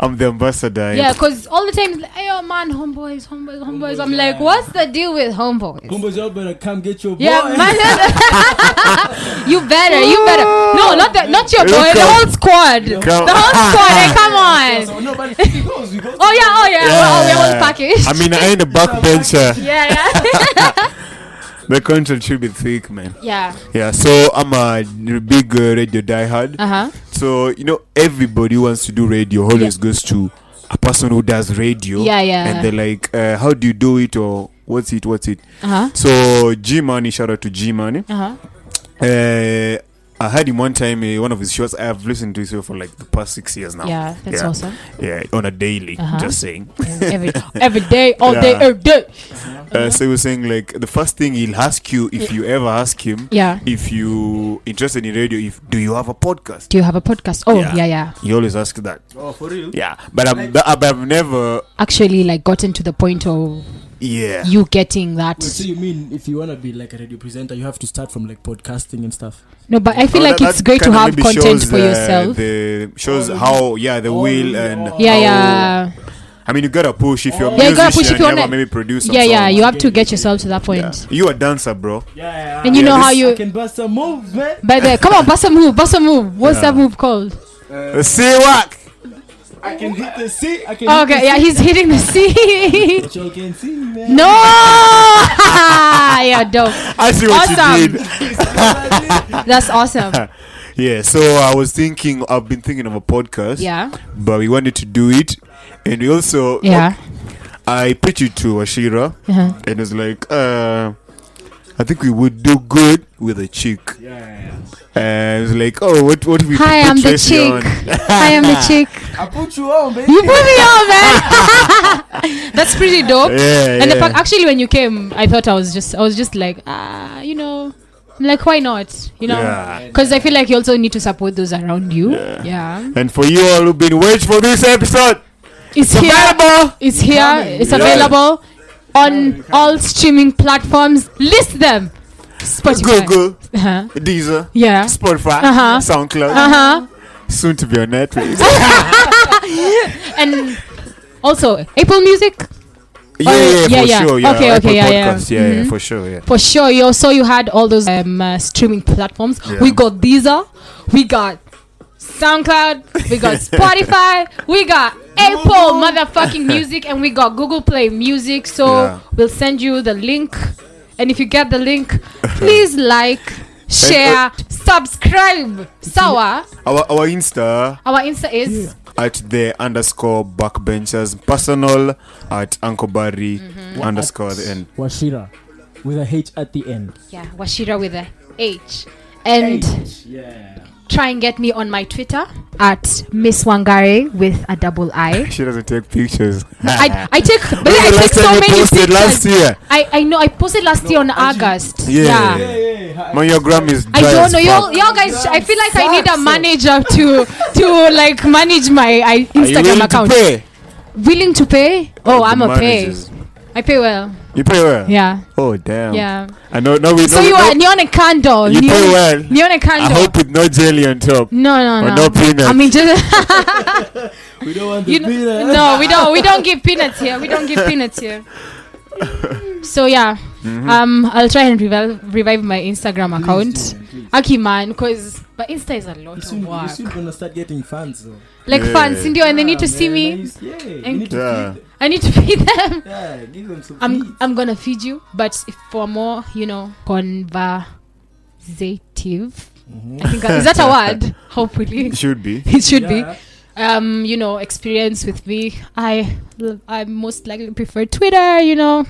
[SPEAKER 5] I'm the ambassador.
[SPEAKER 4] yeah, because all the time, like, oh man, Homeboys, Homeboys, Homeboys. I'm
[SPEAKER 3] Homeboys,
[SPEAKER 4] like,
[SPEAKER 3] yeah.
[SPEAKER 4] what's the deal with Homeboys?
[SPEAKER 3] Kumbo's y'all better come get your
[SPEAKER 4] yeah,
[SPEAKER 3] boy.
[SPEAKER 4] man. you better, you better. No, not the, not your boy, the
[SPEAKER 5] Come.
[SPEAKER 4] whole squad, the
[SPEAKER 5] Come.
[SPEAKER 4] whole squad. eh, come
[SPEAKER 3] So-
[SPEAKER 4] on.
[SPEAKER 3] so no, but it goes, it goes.
[SPEAKER 4] Oh yeah, oh yeah. Well, we're all packaged.
[SPEAKER 5] I mean, I ain't a backbencher.
[SPEAKER 4] yeah, yeah,
[SPEAKER 5] The content should be thick, man.
[SPEAKER 4] yeah.
[SPEAKER 5] Yeah, so I'm a big uh, radio diehard.
[SPEAKER 4] Uh huh.
[SPEAKER 5] So you know, everybody who wants to do radio. Always goes to a person who does radio.
[SPEAKER 4] Yeah, yeah.
[SPEAKER 5] And they're like, uh, "How do you do it?" or "What's it? What's it?"
[SPEAKER 4] Uh huh.
[SPEAKER 5] So G Money, shout out to G Money.
[SPEAKER 4] Uh huh.
[SPEAKER 5] Uh, I had him one time, uh, one of his shows. I have listened to his show for like the past six years now.
[SPEAKER 4] Yeah, that's
[SPEAKER 5] Yeah.
[SPEAKER 4] awesome.
[SPEAKER 5] Yeah, on a daily,
[SPEAKER 4] Uh-huh.
[SPEAKER 5] just saying.
[SPEAKER 4] Every every day, all day,
[SPEAKER 5] Yeah.
[SPEAKER 4] every day.
[SPEAKER 5] Uh, so he was saying, like, the first thing he'll ask you if you ever ask him,
[SPEAKER 4] Yeah.
[SPEAKER 5] if you interested in radio, if do you have a podcast?
[SPEAKER 4] Do you have a podcast? Oh yeah,
[SPEAKER 5] Yeah.
[SPEAKER 4] yeah.
[SPEAKER 5] He always asks that.
[SPEAKER 3] Oh, for real?
[SPEAKER 5] Yeah, but I'm, but I've never.
[SPEAKER 4] Actually, like gotten to the point of
[SPEAKER 5] Yeah.
[SPEAKER 4] you getting that.
[SPEAKER 3] Wait, so you mean if you wanna be like a radio presenter, you have to start from like podcasting and stuff?
[SPEAKER 4] No, but I feel
[SPEAKER 5] Oh,
[SPEAKER 4] like
[SPEAKER 5] that-
[SPEAKER 4] it's
[SPEAKER 5] that
[SPEAKER 4] great to
[SPEAKER 5] kinda
[SPEAKER 4] have
[SPEAKER 5] maybe
[SPEAKER 4] content
[SPEAKER 5] shows,
[SPEAKER 4] for
[SPEAKER 5] uh,
[SPEAKER 4] yourself.
[SPEAKER 5] The shows
[SPEAKER 3] Oh,
[SPEAKER 5] how yeah the
[SPEAKER 3] oh,
[SPEAKER 5] will
[SPEAKER 3] yeah.
[SPEAKER 5] and
[SPEAKER 4] yeah,
[SPEAKER 5] how-
[SPEAKER 4] yeah,
[SPEAKER 5] I mean you gotta push if you're a
[SPEAKER 4] Yeah, you
[SPEAKER 5] musician,
[SPEAKER 4] gotta push if you
[SPEAKER 5] ever
[SPEAKER 4] wanna-
[SPEAKER 5] maybe produce. some
[SPEAKER 4] yeah, yeah.
[SPEAKER 5] songs.
[SPEAKER 4] You have to get yourself to that point.
[SPEAKER 5] Yeah. You a dancer, bro.
[SPEAKER 3] Yeah.
[SPEAKER 4] And you
[SPEAKER 5] Yeah,
[SPEAKER 4] know
[SPEAKER 5] this-
[SPEAKER 4] how
[SPEAKER 3] I
[SPEAKER 4] you.
[SPEAKER 3] can bust some moves, man.
[SPEAKER 4] By the come on, bust a move, bust a move. What's that move called?
[SPEAKER 5] See what?
[SPEAKER 3] I can hit the sea. I can.
[SPEAKER 4] Oh, okay, yeah, he's hitting the sea.
[SPEAKER 3] But you can see, man.
[SPEAKER 4] no, yeah, dope.
[SPEAKER 5] I see what
[SPEAKER 4] Awesome.
[SPEAKER 5] you did.
[SPEAKER 4] That's awesome.
[SPEAKER 5] Yeah, so I was thinking, I've been thinking of a podcast.
[SPEAKER 4] Yeah,
[SPEAKER 5] But we wanted to do it. And we also,
[SPEAKER 4] yeah.
[SPEAKER 5] I pitched it to Ashira.
[SPEAKER 4] Uh-huh.
[SPEAKER 5] And it's like, uh, I think we would do good with a chick.
[SPEAKER 3] Yeah.
[SPEAKER 5] And it's like, oh, what, what we
[SPEAKER 4] Hi,
[SPEAKER 5] put
[SPEAKER 4] I'm the
[SPEAKER 5] Tracy
[SPEAKER 4] chick.
[SPEAKER 5] on?
[SPEAKER 4] I am the chick.
[SPEAKER 3] I put you on, baby.
[SPEAKER 4] You put me on, man. That's pretty dope.
[SPEAKER 5] Yeah,
[SPEAKER 4] And the
[SPEAKER 5] yeah.
[SPEAKER 4] fact, actually, when you came, I thought I was just, I was just like, ah, you know, I'm like why not? You know,
[SPEAKER 5] Yeah.
[SPEAKER 4] because I feel like you also need to support those around you. Yeah,
[SPEAKER 5] and for you all who've been waiting for this episode,
[SPEAKER 4] it's
[SPEAKER 5] it's
[SPEAKER 4] here.
[SPEAKER 5] available.
[SPEAKER 4] It's here. It's
[SPEAKER 5] Yeah.
[SPEAKER 4] available on all streaming platforms. List them. Spotify.
[SPEAKER 5] Google,
[SPEAKER 4] Uh-huh.
[SPEAKER 5] Deezer,
[SPEAKER 4] Yeah.
[SPEAKER 5] Spotify,
[SPEAKER 4] Uh-huh.
[SPEAKER 5] SoundCloud,
[SPEAKER 4] Uh huh.
[SPEAKER 5] soon to be on Netflix.
[SPEAKER 4] And also Apple Music.
[SPEAKER 5] yeah,
[SPEAKER 4] Oh,
[SPEAKER 5] yeah,
[SPEAKER 4] yeah,
[SPEAKER 5] for
[SPEAKER 4] yeah.
[SPEAKER 5] sure. Yeah,
[SPEAKER 4] Okay, okay,
[SPEAKER 5] Apple
[SPEAKER 4] yeah, yeah.
[SPEAKER 5] Podcasts, yeah, yeah,
[SPEAKER 4] Mhm.
[SPEAKER 5] for sure. Yeah.
[SPEAKER 4] For sure, you also you had all those um, uh, streaming platforms.
[SPEAKER 5] Yeah.
[SPEAKER 4] We got Deezer, we got SoundCloud, we got Spotify, we got Apple motherfucking music, and we got Google Play Music. So
[SPEAKER 5] Yeah.
[SPEAKER 4] we'll send you the link, and if you get the link, please like,
[SPEAKER 5] uh,
[SPEAKER 4] share, subscribe. Sawa.
[SPEAKER 5] Our, our Insta
[SPEAKER 4] Our Insta is
[SPEAKER 5] at the underscore backbenchers, personal at Uncle Barry
[SPEAKER 4] Mm-hmm.
[SPEAKER 5] underscore the end.
[SPEAKER 6] Washira with a H at the end.
[SPEAKER 4] yeah. Washira with a H. And
[SPEAKER 6] Yeah.
[SPEAKER 4] try and get me on my Twitter at Miss Wangare with a double I.
[SPEAKER 5] She doesn't take pictures.
[SPEAKER 4] I, I take, but
[SPEAKER 5] When
[SPEAKER 4] I
[SPEAKER 5] was
[SPEAKER 4] take
[SPEAKER 5] the last
[SPEAKER 4] so
[SPEAKER 5] time you
[SPEAKER 4] many
[SPEAKER 5] posted
[SPEAKER 4] pictures.
[SPEAKER 5] last year?
[SPEAKER 4] I, I know I posted last year on August.
[SPEAKER 5] Yeah.
[SPEAKER 4] yeah.
[SPEAKER 5] Man, your gram is dry
[SPEAKER 4] I don't
[SPEAKER 5] as
[SPEAKER 4] know.
[SPEAKER 5] fuck.
[SPEAKER 4] Y'all, y'all guys, I feel like I need a manager to to like manage my I,
[SPEAKER 5] Are you
[SPEAKER 4] Instagram
[SPEAKER 5] willing
[SPEAKER 4] account.
[SPEAKER 5] To pay?
[SPEAKER 4] Willing to pay? Oh,
[SPEAKER 5] The
[SPEAKER 4] I'm a pay.
[SPEAKER 5] managers.
[SPEAKER 4] I pay well.
[SPEAKER 5] You pay well.
[SPEAKER 4] Yeah,
[SPEAKER 5] Oh damn.
[SPEAKER 4] yeah.
[SPEAKER 5] I know. No, we.
[SPEAKER 4] So
[SPEAKER 5] no,
[SPEAKER 4] you
[SPEAKER 5] no,
[SPEAKER 4] are neon candle.
[SPEAKER 5] You
[SPEAKER 4] neon,
[SPEAKER 5] pay well.
[SPEAKER 4] Neon
[SPEAKER 5] I
[SPEAKER 4] candle.
[SPEAKER 5] hope with no jelly on top.
[SPEAKER 4] no, no,
[SPEAKER 5] Or
[SPEAKER 4] no.
[SPEAKER 5] no peanuts.
[SPEAKER 4] I mean, just
[SPEAKER 6] We don't want to
[SPEAKER 4] you
[SPEAKER 6] be
[SPEAKER 4] know,
[SPEAKER 6] there.
[SPEAKER 4] no, we don't. We don't give peanuts here. We don't give peanuts here. So yeah, um, I'll try and revive revive my Instagram account. Aki man, cause but Insta is a lot
[SPEAKER 6] You
[SPEAKER 4] of
[SPEAKER 6] soon, you
[SPEAKER 4] work.
[SPEAKER 6] soon gonna start getting fans though.
[SPEAKER 4] Like
[SPEAKER 5] Yeah.
[SPEAKER 4] fans, Indio, and they need to
[SPEAKER 6] Yeah,
[SPEAKER 4] see
[SPEAKER 6] man,
[SPEAKER 4] me.
[SPEAKER 6] I used- Yeah, you
[SPEAKER 4] and-
[SPEAKER 6] need to
[SPEAKER 5] Yeah.
[SPEAKER 6] feed-
[SPEAKER 4] I need to feed them.
[SPEAKER 6] yeah, give them some
[SPEAKER 4] I'm
[SPEAKER 6] feed.
[SPEAKER 4] I'm gonna feed you, but if for more, you know, conversative.
[SPEAKER 6] Mm-hmm.
[SPEAKER 4] I think is that a word? Hopefully,
[SPEAKER 5] It should be.
[SPEAKER 4] it should be.
[SPEAKER 6] Yeah.
[SPEAKER 4] Um, you know, experience with me. I I most likely prefer Twitter. You know,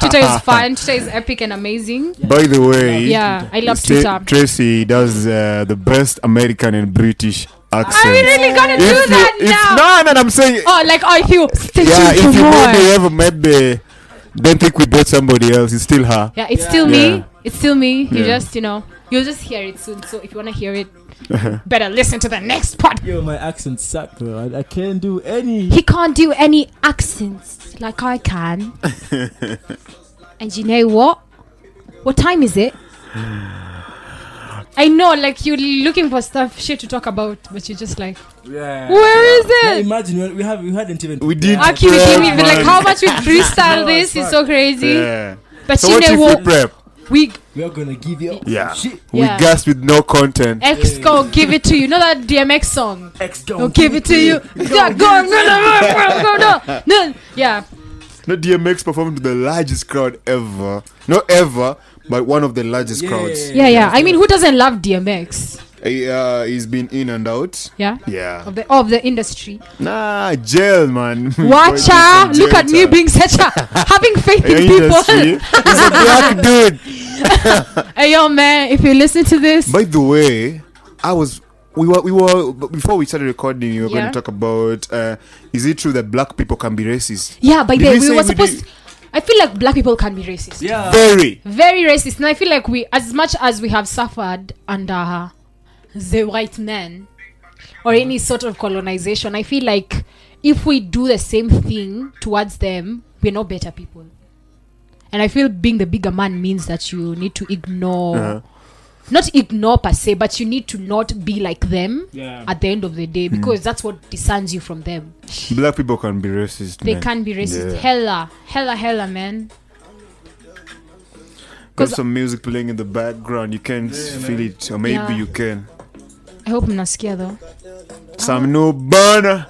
[SPEAKER 4] Twitter is fun. Twitter is epic and amazing.
[SPEAKER 5] By the way,
[SPEAKER 4] Yeah, I love
[SPEAKER 5] Sta-
[SPEAKER 4] Twitter.
[SPEAKER 5] Tracy does uh, the best American and British accent.
[SPEAKER 4] Are we really gonna do
[SPEAKER 5] If you-
[SPEAKER 4] that
[SPEAKER 5] if-
[SPEAKER 4] now?
[SPEAKER 5] No, no, no, I'm saying.
[SPEAKER 4] Oh, like oh, if you stay
[SPEAKER 5] yeah, if
[SPEAKER 4] tuned
[SPEAKER 5] you
[SPEAKER 4] for more.
[SPEAKER 5] maybe ever maybe don't think we bought somebody else, it's still her.
[SPEAKER 4] Yeah, it's still
[SPEAKER 5] Yeah.
[SPEAKER 4] me. It's still me. You
[SPEAKER 5] Yeah.
[SPEAKER 4] just, you know, you'll just hear it soon. So if you want to hear it, better listen to the next pod.
[SPEAKER 6] Yo, my accent sucked though. I, I can't do any.
[SPEAKER 4] He can't do any accents like I can. and you know what? What time is it? I know, like you're looking for stuff shit to talk about, but you're just like,
[SPEAKER 3] Yeah.
[SPEAKER 4] where is
[SPEAKER 6] Now
[SPEAKER 4] it?
[SPEAKER 6] imagine we, we have we hadn't even.
[SPEAKER 5] We did.
[SPEAKER 4] Aki, we
[SPEAKER 5] prep,
[SPEAKER 4] didn't even like
[SPEAKER 5] man.
[SPEAKER 4] how much we freestyle
[SPEAKER 6] No,
[SPEAKER 4] this.
[SPEAKER 6] it's
[SPEAKER 4] It's so crazy.
[SPEAKER 5] Yeah.
[SPEAKER 4] But
[SPEAKER 5] So
[SPEAKER 4] you
[SPEAKER 5] what
[SPEAKER 4] know
[SPEAKER 5] if we
[SPEAKER 4] what?
[SPEAKER 5] prep?
[SPEAKER 4] We
[SPEAKER 6] We are gonna give you.
[SPEAKER 5] Yeah.
[SPEAKER 6] Shit.
[SPEAKER 5] We
[SPEAKER 4] Yeah.
[SPEAKER 5] gassed with no content.
[SPEAKER 4] X go give it to you. Know that DMX song?
[SPEAKER 6] X
[SPEAKER 4] I'll give it to you. Go, go, no, no, no, no, no, no. Yeah,
[SPEAKER 5] No DMX performed to the largest crowd ever. Not ever, but one of the largest crowds.
[SPEAKER 4] yeah, yeah. I mean, who doesn't love DMX?
[SPEAKER 5] He, uh, he's been in and out.
[SPEAKER 4] Yeah,
[SPEAKER 5] Yeah.
[SPEAKER 4] of the of the industry.
[SPEAKER 5] Nah, jail, man.
[SPEAKER 4] Watcha, look at me
[SPEAKER 5] being.
[SPEAKER 4] being such a having faith in
[SPEAKER 5] industry.
[SPEAKER 4] people.
[SPEAKER 5] He's a black dude.
[SPEAKER 4] hey, yo, man, if you listen to this,
[SPEAKER 5] By the way, I was we were we were b- before we started recording. We were going
[SPEAKER 4] Yeah.
[SPEAKER 5] to talk about uh, is it true that black people can be racist?
[SPEAKER 4] yeah. By
[SPEAKER 5] Did
[SPEAKER 4] the way,
[SPEAKER 5] we
[SPEAKER 4] we
[SPEAKER 5] say
[SPEAKER 4] were
[SPEAKER 5] we
[SPEAKER 4] supposed.
[SPEAKER 5] did-
[SPEAKER 4] I feel like black people can be racist.
[SPEAKER 6] Yeah.
[SPEAKER 5] Very.
[SPEAKER 4] Very racist, and I feel like we, as much as we have suffered under uh, the white man or any sort of colonization, I feel like if we do the same thing towards them, we're not better people. And I feel being the bigger man means that you need to ignore, not ignore per se, but you need to not be like them
[SPEAKER 6] Yeah.
[SPEAKER 4] at the end of the day because that's what discerns you from them.
[SPEAKER 5] Black people can be racist.
[SPEAKER 4] They
[SPEAKER 5] man.
[SPEAKER 4] can be racist.
[SPEAKER 5] Yeah.
[SPEAKER 4] Hella, hella, hella, man.
[SPEAKER 5] There's
[SPEAKER 4] 'cause-
[SPEAKER 5] some music playing in the background. You can't feel it, or maybe
[SPEAKER 4] Yeah. Uh-huh.
[SPEAKER 5] you can.
[SPEAKER 4] I hope I'm not scared though.
[SPEAKER 5] Some new burner.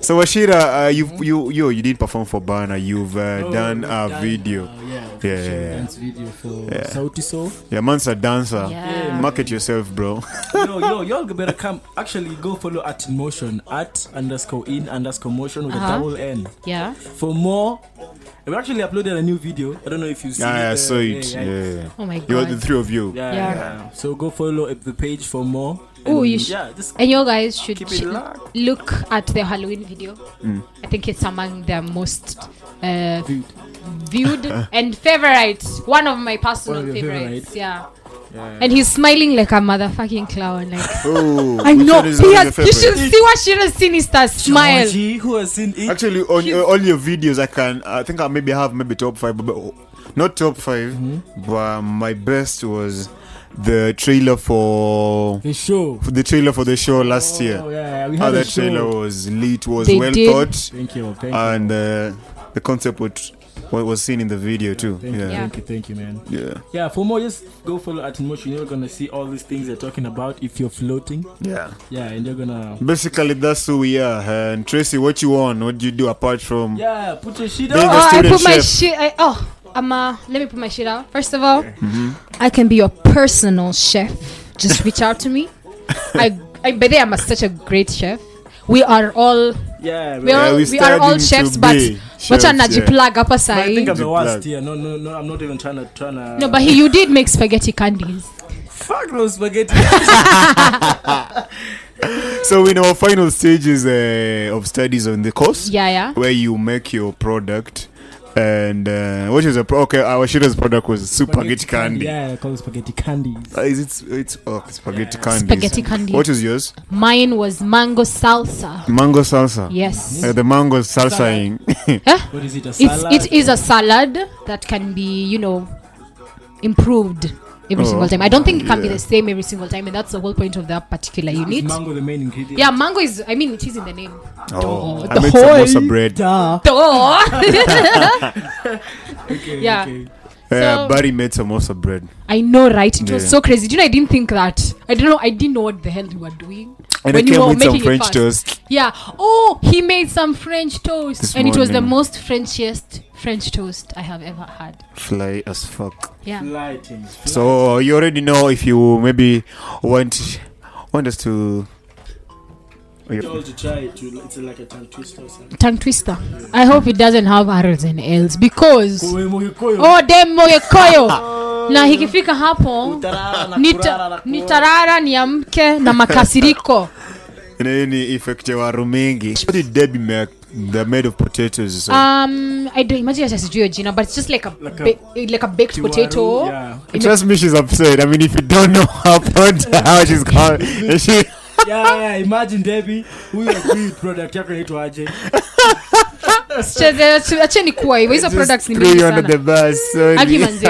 [SPEAKER 5] So Washira, uh, you you you you did perform for Bana. You've uh, done a video.
[SPEAKER 6] Uh, yeah.
[SPEAKER 5] Yeah,
[SPEAKER 6] official
[SPEAKER 5] yeah, yeah.
[SPEAKER 6] dance video for
[SPEAKER 5] Yeah.
[SPEAKER 6] Sauti Sol.
[SPEAKER 5] Yeah, man's a dancer.
[SPEAKER 4] Yeah.
[SPEAKER 5] Market yourself, bro.
[SPEAKER 6] yo, yo, y'all better come. Actually, go follow at motion at underscore in underscore motion with
[SPEAKER 4] Uh-huh.
[SPEAKER 6] a double N.
[SPEAKER 4] Yeah.
[SPEAKER 6] For more, we actually uploaded a new video. I don't know if you see.
[SPEAKER 5] Yeah, I
[SPEAKER 6] uh,
[SPEAKER 5] saw it.
[SPEAKER 6] yeah,
[SPEAKER 5] Yeah,
[SPEAKER 6] yeah.
[SPEAKER 5] yeah.
[SPEAKER 4] Oh my
[SPEAKER 5] You are
[SPEAKER 4] god.
[SPEAKER 5] the three of you.
[SPEAKER 6] Yeah,
[SPEAKER 4] Yeah.
[SPEAKER 6] yeah. So go follow up the page for more.
[SPEAKER 4] Ooh,
[SPEAKER 6] And
[SPEAKER 4] you sh-
[SPEAKER 6] yeah, just
[SPEAKER 4] And you guys should
[SPEAKER 6] Keep it
[SPEAKER 4] ch-
[SPEAKER 6] locked.
[SPEAKER 4] look at the Halloween video.
[SPEAKER 5] Mm.
[SPEAKER 4] I think it's among the most uh,
[SPEAKER 6] viewed.
[SPEAKER 4] viewed and favorite. One of my personal
[SPEAKER 6] One of your
[SPEAKER 4] favorites. Yeah.
[SPEAKER 6] Yeah.
[SPEAKER 4] And he's smiling like a motherfucking clown. Like
[SPEAKER 5] Oh,
[SPEAKER 4] I
[SPEAKER 5] which
[SPEAKER 4] know.
[SPEAKER 5] one is
[SPEAKER 4] He
[SPEAKER 5] your
[SPEAKER 4] has, you
[SPEAKER 5] favorite?
[SPEAKER 4] should see what Shira sinister smile.
[SPEAKER 6] Georgie, who has seen it?
[SPEAKER 5] Actually, on uh, all your videos, I can. I think I maybe have maybe top five, but but- not top 5 But my best was the trailer for
[SPEAKER 6] the show.
[SPEAKER 5] for the trailer for the show last year.
[SPEAKER 6] Oh yeah, we
[SPEAKER 5] How
[SPEAKER 6] had a
[SPEAKER 5] that
[SPEAKER 6] show.
[SPEAKER 5] trailer was lit, was
[SPEAKER 4] They
[SPEAKER 5] well
[SPEAKER 4] did.
[SPEAKER 5] thought,
[SPEAKER 6] Thank you, thank you,
[SPEAKER 5] and uh, the concept what what was seen in the video too.
[SPEAKER 6] thank you,
[SPEAKER 5] yeah.
[SPEAKER 6] thank you, thank you, man.
[SPEAKER 5] yeah,
[SPEAKER 6] Yeah, for more, just go follow at motion. You're gonna see all these things they're talking about. If you're floating,
[SPEAKER 5] yeah.
[SPEAKER 6] yeah, and you're gonna
[SPEAKER 5] Basically, that's who we are. And Tracy, what you want? What do you do apart from?
[SPEAKER 6] yeah, put your shit
[SPEAKER 5] Being
[SPEAKER 6] up.
[SPEAKER 5] a
[SPEAKER 4] Oh, I
[SPEAKER 5] student
[SPEAKER 4] put my
[SPEAKER 5] chef.
[SPEAKER 4] shit. I, oh, I'm a, let me put my shit out. First of all,
[SPEAKER 5] Mm-hmm.
[SPEAKER 4] I can be your personal chef. Just reach out to me. I, I by the way, I'm a, such a great chef. We are all
[SPEAKER 3] Yeah,
[SPEAKER 4] we are
[SPEAKER 5] Yeah, we
[SPEAKER 4] we, are all
[SPEAKER 5] starting to
[SPEAKER 4] chefs, but
[SPEAKER 5] be
[SPEAKER 4] what a
[SPEAKER 5] chefs,
[SPEAKER 4] naji
[SPEAKER 5] yeah.
[SPEAKER 4] plug up
[SPEAKER 3] But I think I'm
[SPEAKER 4] aside.
[SPEAKER 3] the
[SPEAKER 5] Good
[SPEAKER 3] worst
[SPEAKER 5] luck.
[SPEAKER 3] here. No, no, no. I'm not even trying to trying to.
[SPEAKER 4] No, but he, you did make spaghetti candies.
[SPEAKER 3] fuck those spaghetti.
[SPEAKER 5] So in our final stages uh, of studies on the course,
[SPEAKER 4] Yeah, yeah.
[SPEAKER 5] where you make your product, and uh, which is a pro- okay, our shooter's product was spaghetti candy.
[SPEAKER 3] Yeah, I call it spaghetti candies.
[SPEAKER 5] Uh, is it? It's oh, spaghetti
[SPEAKER 3] Yeah.
[SPEAKER 5] candy.
[SPEAKER 4] Spaghetti candies.
[SPEAKER 5] What is yours?
[SPEAKER 4] Mine was mango salsa.
[SPEAKER 5] Mango salsa.
[SPEAKER 4] Yes.
[SPEAKER 5] Uh, the mango salsaing.
[SPEAKER 3] What is it? A
[SPEAKER 4] it's
[SPEAKER 3] salad.
[SPEAKER 4] it is a salad that can be you know improved every
[SPEAKER 5] Oh,
[SPEAKER 4] single time i don't think it can be
[SPEAKER 5] yeah.
[SPEAKER 4] the same every single time and that's the whole point of that particular
[SPEAKER 3] Is
[SPEAKER 4] unit
[SPEAKER 3] mango the main ingredient.
[SPEAKER 4] yeah mango is i mean it is in the name
[SPEAKER 5] oh,
[SPEAKER 4] Duh.
[SPEAKER 5] I
[SPEAKER 4] The
[SPEAKER 5] made
[SPEAKER 4] whole-
[SPEAKER 5] samosa bread.
[SPEAKER 3] Duh.
[SPEAKER 4] Duh.
[SPEAKER 3] Okay,
[SPEAKER 4] Yeah.
[SPEAKER 3] okay.
[SPEAKER 5] Uh,
[SPEAKER 4] So-
[SPEAKER 5] Barry made samosa bread.
[SPEAKER 4] i know right it was
[SPEAKER 5] Yeah.
[SPEAKER 4] so crazy do you know i didn't think that i don't know i didn't know what the hell we were doing
[SPEAKER 5] And
[SPEAKER 4] When
[SPEAKER 5] I
[SPEAKER 4] you
[SPEAKER 5] came
[SPEAKER 4] were
[SPEAKER 5] with some
[SPEAKER 4] making it
[SPEAKER 5] French
[SPEAKER 4] fast.
[SPEAKER 5] toast.
[SPEAKER 4] yeah oh he made some french toast
[SPEAKER 5] This
[SPEAKER 4] and it was the
[SPEAKER 5] morning.
[SPEAKER 4] most frenchiest french toast i have ever had
[SPEAKER 5] Fly as fuck.
[SPEAKER 4] yeah
[SPEAKER 3] Lighting. fly-
[SPEAKER 5] So you already know if you maybe want want us to. oh,
[SPEAKER 3] I told you try it. You- It's like a tongue twister. or something.
[SPEAKER 4] tongue twister i hope it doesn't have arrows and l's because
[SPEAKER 3] Uwe Mugikuyu.
[SPEAKER 4] oh dem mogekoyo na ikifika hapo
[SPEAKER 3] Tarara na kurara na
[SPEAKER 4] nita,
[SPEAKER 3] kurara.
[SPEAKER 4] nitarara niamke na makasiriko
[SPEAKER 5] nini effect ya waru mingi what did debbie make the made of potatoes so.
[SPEAKER 4] um, i don't imagine hata sijui hiyo jina but it's just like a,
[SPEAKER 3] Like
[SPEAKER 4] like
[SPEAKER 3] a
[SPEAKER 4] a, like a baked
[SPEAKER 3] Kiwaru,
[SPEAKER 4] potato
[SPEAKER 3] Yeah.
[SPEAKER 5] trust me she's upset i mean if you don't know her product how she's called she
[SPEAKER 3] yeah, yeah. Imagine Debbie. Huyu agreed product yako inaitwa aje?
[SPEAKER 4] Cheze- acheni kuwa hivyo hizo
[SPEAKER 5] just
[SPEAKER 4] products ni
[SPEAKER 5] threw
[SPEAKER 4] mingi
[SPEAKER 5] you under the
[SPEAKER 4] sana
[SPEAKER 5] bus sorry.
[SPEAKER 4] Argue manze.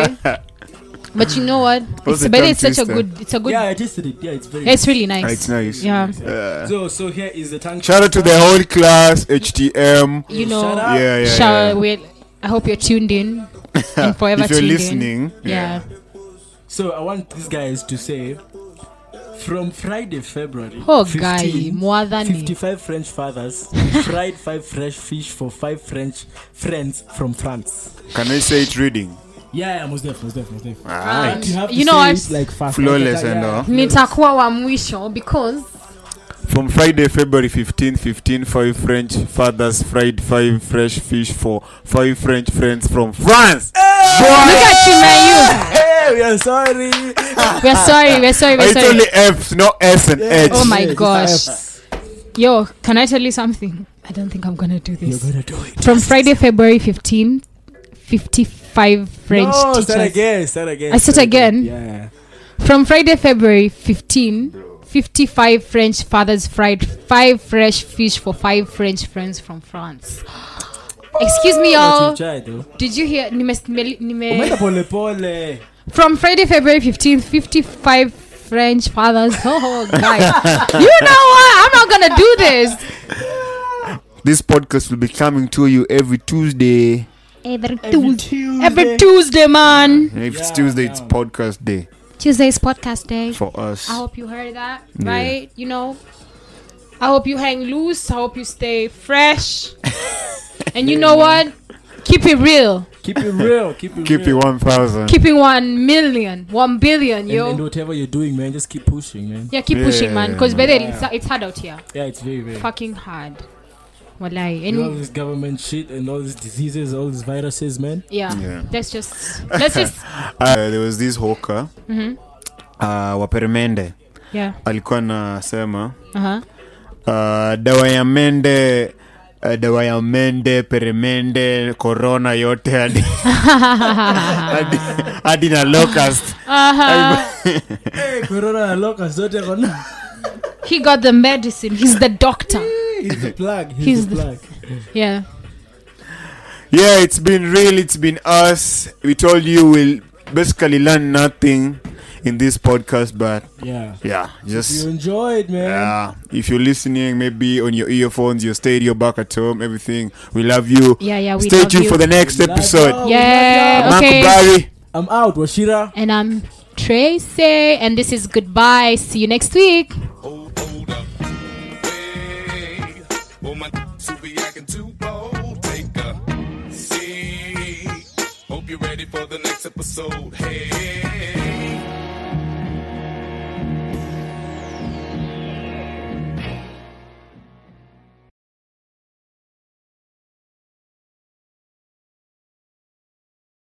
[SPEAKER 4] but you know what
[SPEAKER 5] What's
[SPEAKER 4] it's,
[SPEAKER 5] the
[SPEAKER 4] but
[SPEAKER 5] tongue
[SPEAKER 4] it's such a
[SPEAKER 5] twister?
[SPEAKER 4] good it's a good
[SPEAKER 3] Yeah, I tasted it. Yeah, it's very.
[SPEAKER 4] it's really
[SPEAKER 5] Ah,
[SPEAKER 4] nice
[SPEAKER 5] it's nice
[SPEAKER 4] yeah
[SPEAKER 5] Uh,
[SPEAKER 3] So, so here is the tongue.
[SPEAKER 5] shout out to the whole class htm
[SPEAKER 4] you know
[SPEAKER 3] Shout out.
[SPEAKER 5] yeah yeah, yeah.
[SPEAKER 4] shall we i hope you're tuned in and forever
[SPEAKER 5] if you're
[SPEAKER 4] tuned in
[SPEAKER 5] listening
[SPEAKER 4] yeah
[SPEAKER 3] So I want these guys to say, from Friday, February.
[SPEAKER 4] oh
[SPEAKER 3] 15,
[SPEAKER 4] guy mwadhani
[SPEAKER 3] 55 French fathers who fried five fresh fish for five French friends from France.
[SPEAKER 5] can i say it reading
[SPEAKER 3] Yeah, yeah, most def, most def, most def.
[SPEAKER 5] Right.
[SPEAKER 3] You have to
[SPEAKER 4] You know
[SPEAKER 3] say
[SPEAKER 4] what?
[SPEAKER 3] it, like fast.
[SPEAKER 5] Flawless
[SPEAKER 3] Yeah,
[SPEAKER 5] and
[SPEAKER 3] yeah.
[SPEAKER 5] all.
[SPEAKER 4] nitakuwa wa mwisho because
[SPEAKER 5] From Friday, February 15, 15, five French fathers fried five fresh fish for five French friends from France. Oh,
[SPEAKER 4] Look at you, man.
[SPEAKER 3] Hey, we are sorry.
[SPEAKER 4] You. We're sorry. We're sorry. We're
[SPEAKER 5] It's
[SPEAKER 4] sorry.
[SPEAKER 5] only F's, no S and H.
[SPEAKER 4] Oh my
[SPEAKER 3] Yeah, it's
[SPEAKER 4] gosh.
[SPEAKER 3] Fs.
[SPEAKER 4] Yo, can I tell you something? I don't think I'm gonna do this.
[SPEAKER 3] You're gonna do it.
[SPEAKER 4] From Friday, February 15, 55 French
[SPEAKER 3] no,
[SPEAKER 4] teachers.
[SPEAKER 3] start again. Start again.
[SPEAKER 4] I said
[SPEAKER 3] start
[SPEAKER 4] again?
[SPEAKER 3] Yeah.
[SPEAKER 4] From Friday, February 15, 55 French fathers fried five fresh fish for five French friends from France. Excuse me,
[SPEAKER 3] But you
[SPEAKER 4] y'all.
[SPEAKER 3] try though.
[SPEAKER 4] Did you hear? Nime, nime, nime,
[SPEAKER 3] Umeenda pole pole.
[SPEAKER 4] From Friday, February 15th, 55 French fathers. Oh, guys. you know what? I'm not going to do this.
[SPEAKER 5] This podcast will be coming to you every Tuesday.
[SPEAKER 4] Every Tuesday. Every Tuesday, man.
[SPEAKER 5] And If it's
[SPEAKER 3] Yeah,
[SPEAKER 5] Tuesday, it's
[SPEAKER 3] yeah.
[SPEAKER 5] podcast day
[SPEAKER 4] Tuesday is podcast day.
[SPEAKER 5] for us.
[SPEAKER 4] I hope you heard that,
[SPEAKER 5] Yeah.
[SPEAKER 4] right? You know, I hope you hang loose. I hope you stay fresh. and you know what? Keep it real.
[SPEAKER 3] Keep it real. Keep it
[SPEAKER 5] Keep it
[SPEAKER 3] real.
[SPEAKER 5] 1000.
[SPEAKER 4] Keep it one million, one billion,
[SPEAKER 3] And, and
[SPEAKER 4] yo.
[SPEAKER 3] whatever you're doing, man, just keep pushing, man.
[SPEAKER 4] Yeah, keep
[SPEAKER 5] Yeah,
[SPEAKER 4] pushing, man. Because,
[SPEAKER 5] man.
[SPEAKER 4] it's, it's hard out here.
[SPEAKER 3] Yeah, it's very, very.
[SPEAKER 4] Fucking hard. Walai.
[SPEAKER 3] You know, all
[SPEAKER 4] And,
[SPEAKER 3] this government shit and all these diseases, all these viruses, man.
[SPEAKER 4] yeah.
[SPEAKER 5] Yeah.
[SPEAKER 4] Let's just let's just
[SPEAKER 5] Uh, there was this hawker
[SPEAKER 4] Mm-hmm.
[SPEAKER 5] uh, wa peremende
[SPEAKER 4] yeah.
[SPEAKER 5] alikuwa anasema
[SPEAKER 4] Uh-huh.
[SPEAKER 5] uh, dawa ya mende uh, dawa ya mende peremende corona yote hadi hadi- hadi na locust
[SPEAKER 4] Uh-huh.
[SPEAKER 3] Hey, Corona and Locust, don't ever know.
[SPEAKER 4] He got the medicine. He's the doctor.
[SPEAKER 3] He's the plug. He's,
[SPEAKER 4] He's
[SPEAKER 3] the
[SPEAKER 4] the-
[SPEAKER 3] plug.
[SPEAKER 4] Yeah.
[SPEAKER 5] yeah it's been real it's been us we told you we'll basically learn nothing in this podcast but
[SPEAKER 3] Yeah.
[SPEAKER 5] yeah just
[SPEAKER 3] You enjoyed, man.
[SPEAKER 5] yeah if you're listening maybe on your earphones your stereo back at home everything we love you
[SPEAKER 4] Yeah, yeah, we
[SPEAKER 5] stay
[SPEAKER 4] love
[SPEAKER 5] tuned
[SPEAKER 4] you.
[SPEAKER 5] for the next
[SPEAKER 3] Love
[SPEAKER 5] episode
[SPEAKER 3] y'all.
[SPEAKER 4] Yeah.
[SPEAKER 5] Uncle
[SPEAKER 4] Okay.
[SPEAKER 5] Barry.
[SPEAKER 3] I'm out, Washira.
[SPEAKER 4] And I'm Tracy, and this is goodbye. See you next week.
[SPEAKER 7] Hold, hold up. Hey, well, my to be acting too bold. Take a seat. Hope you're ready for the next episode. Hey.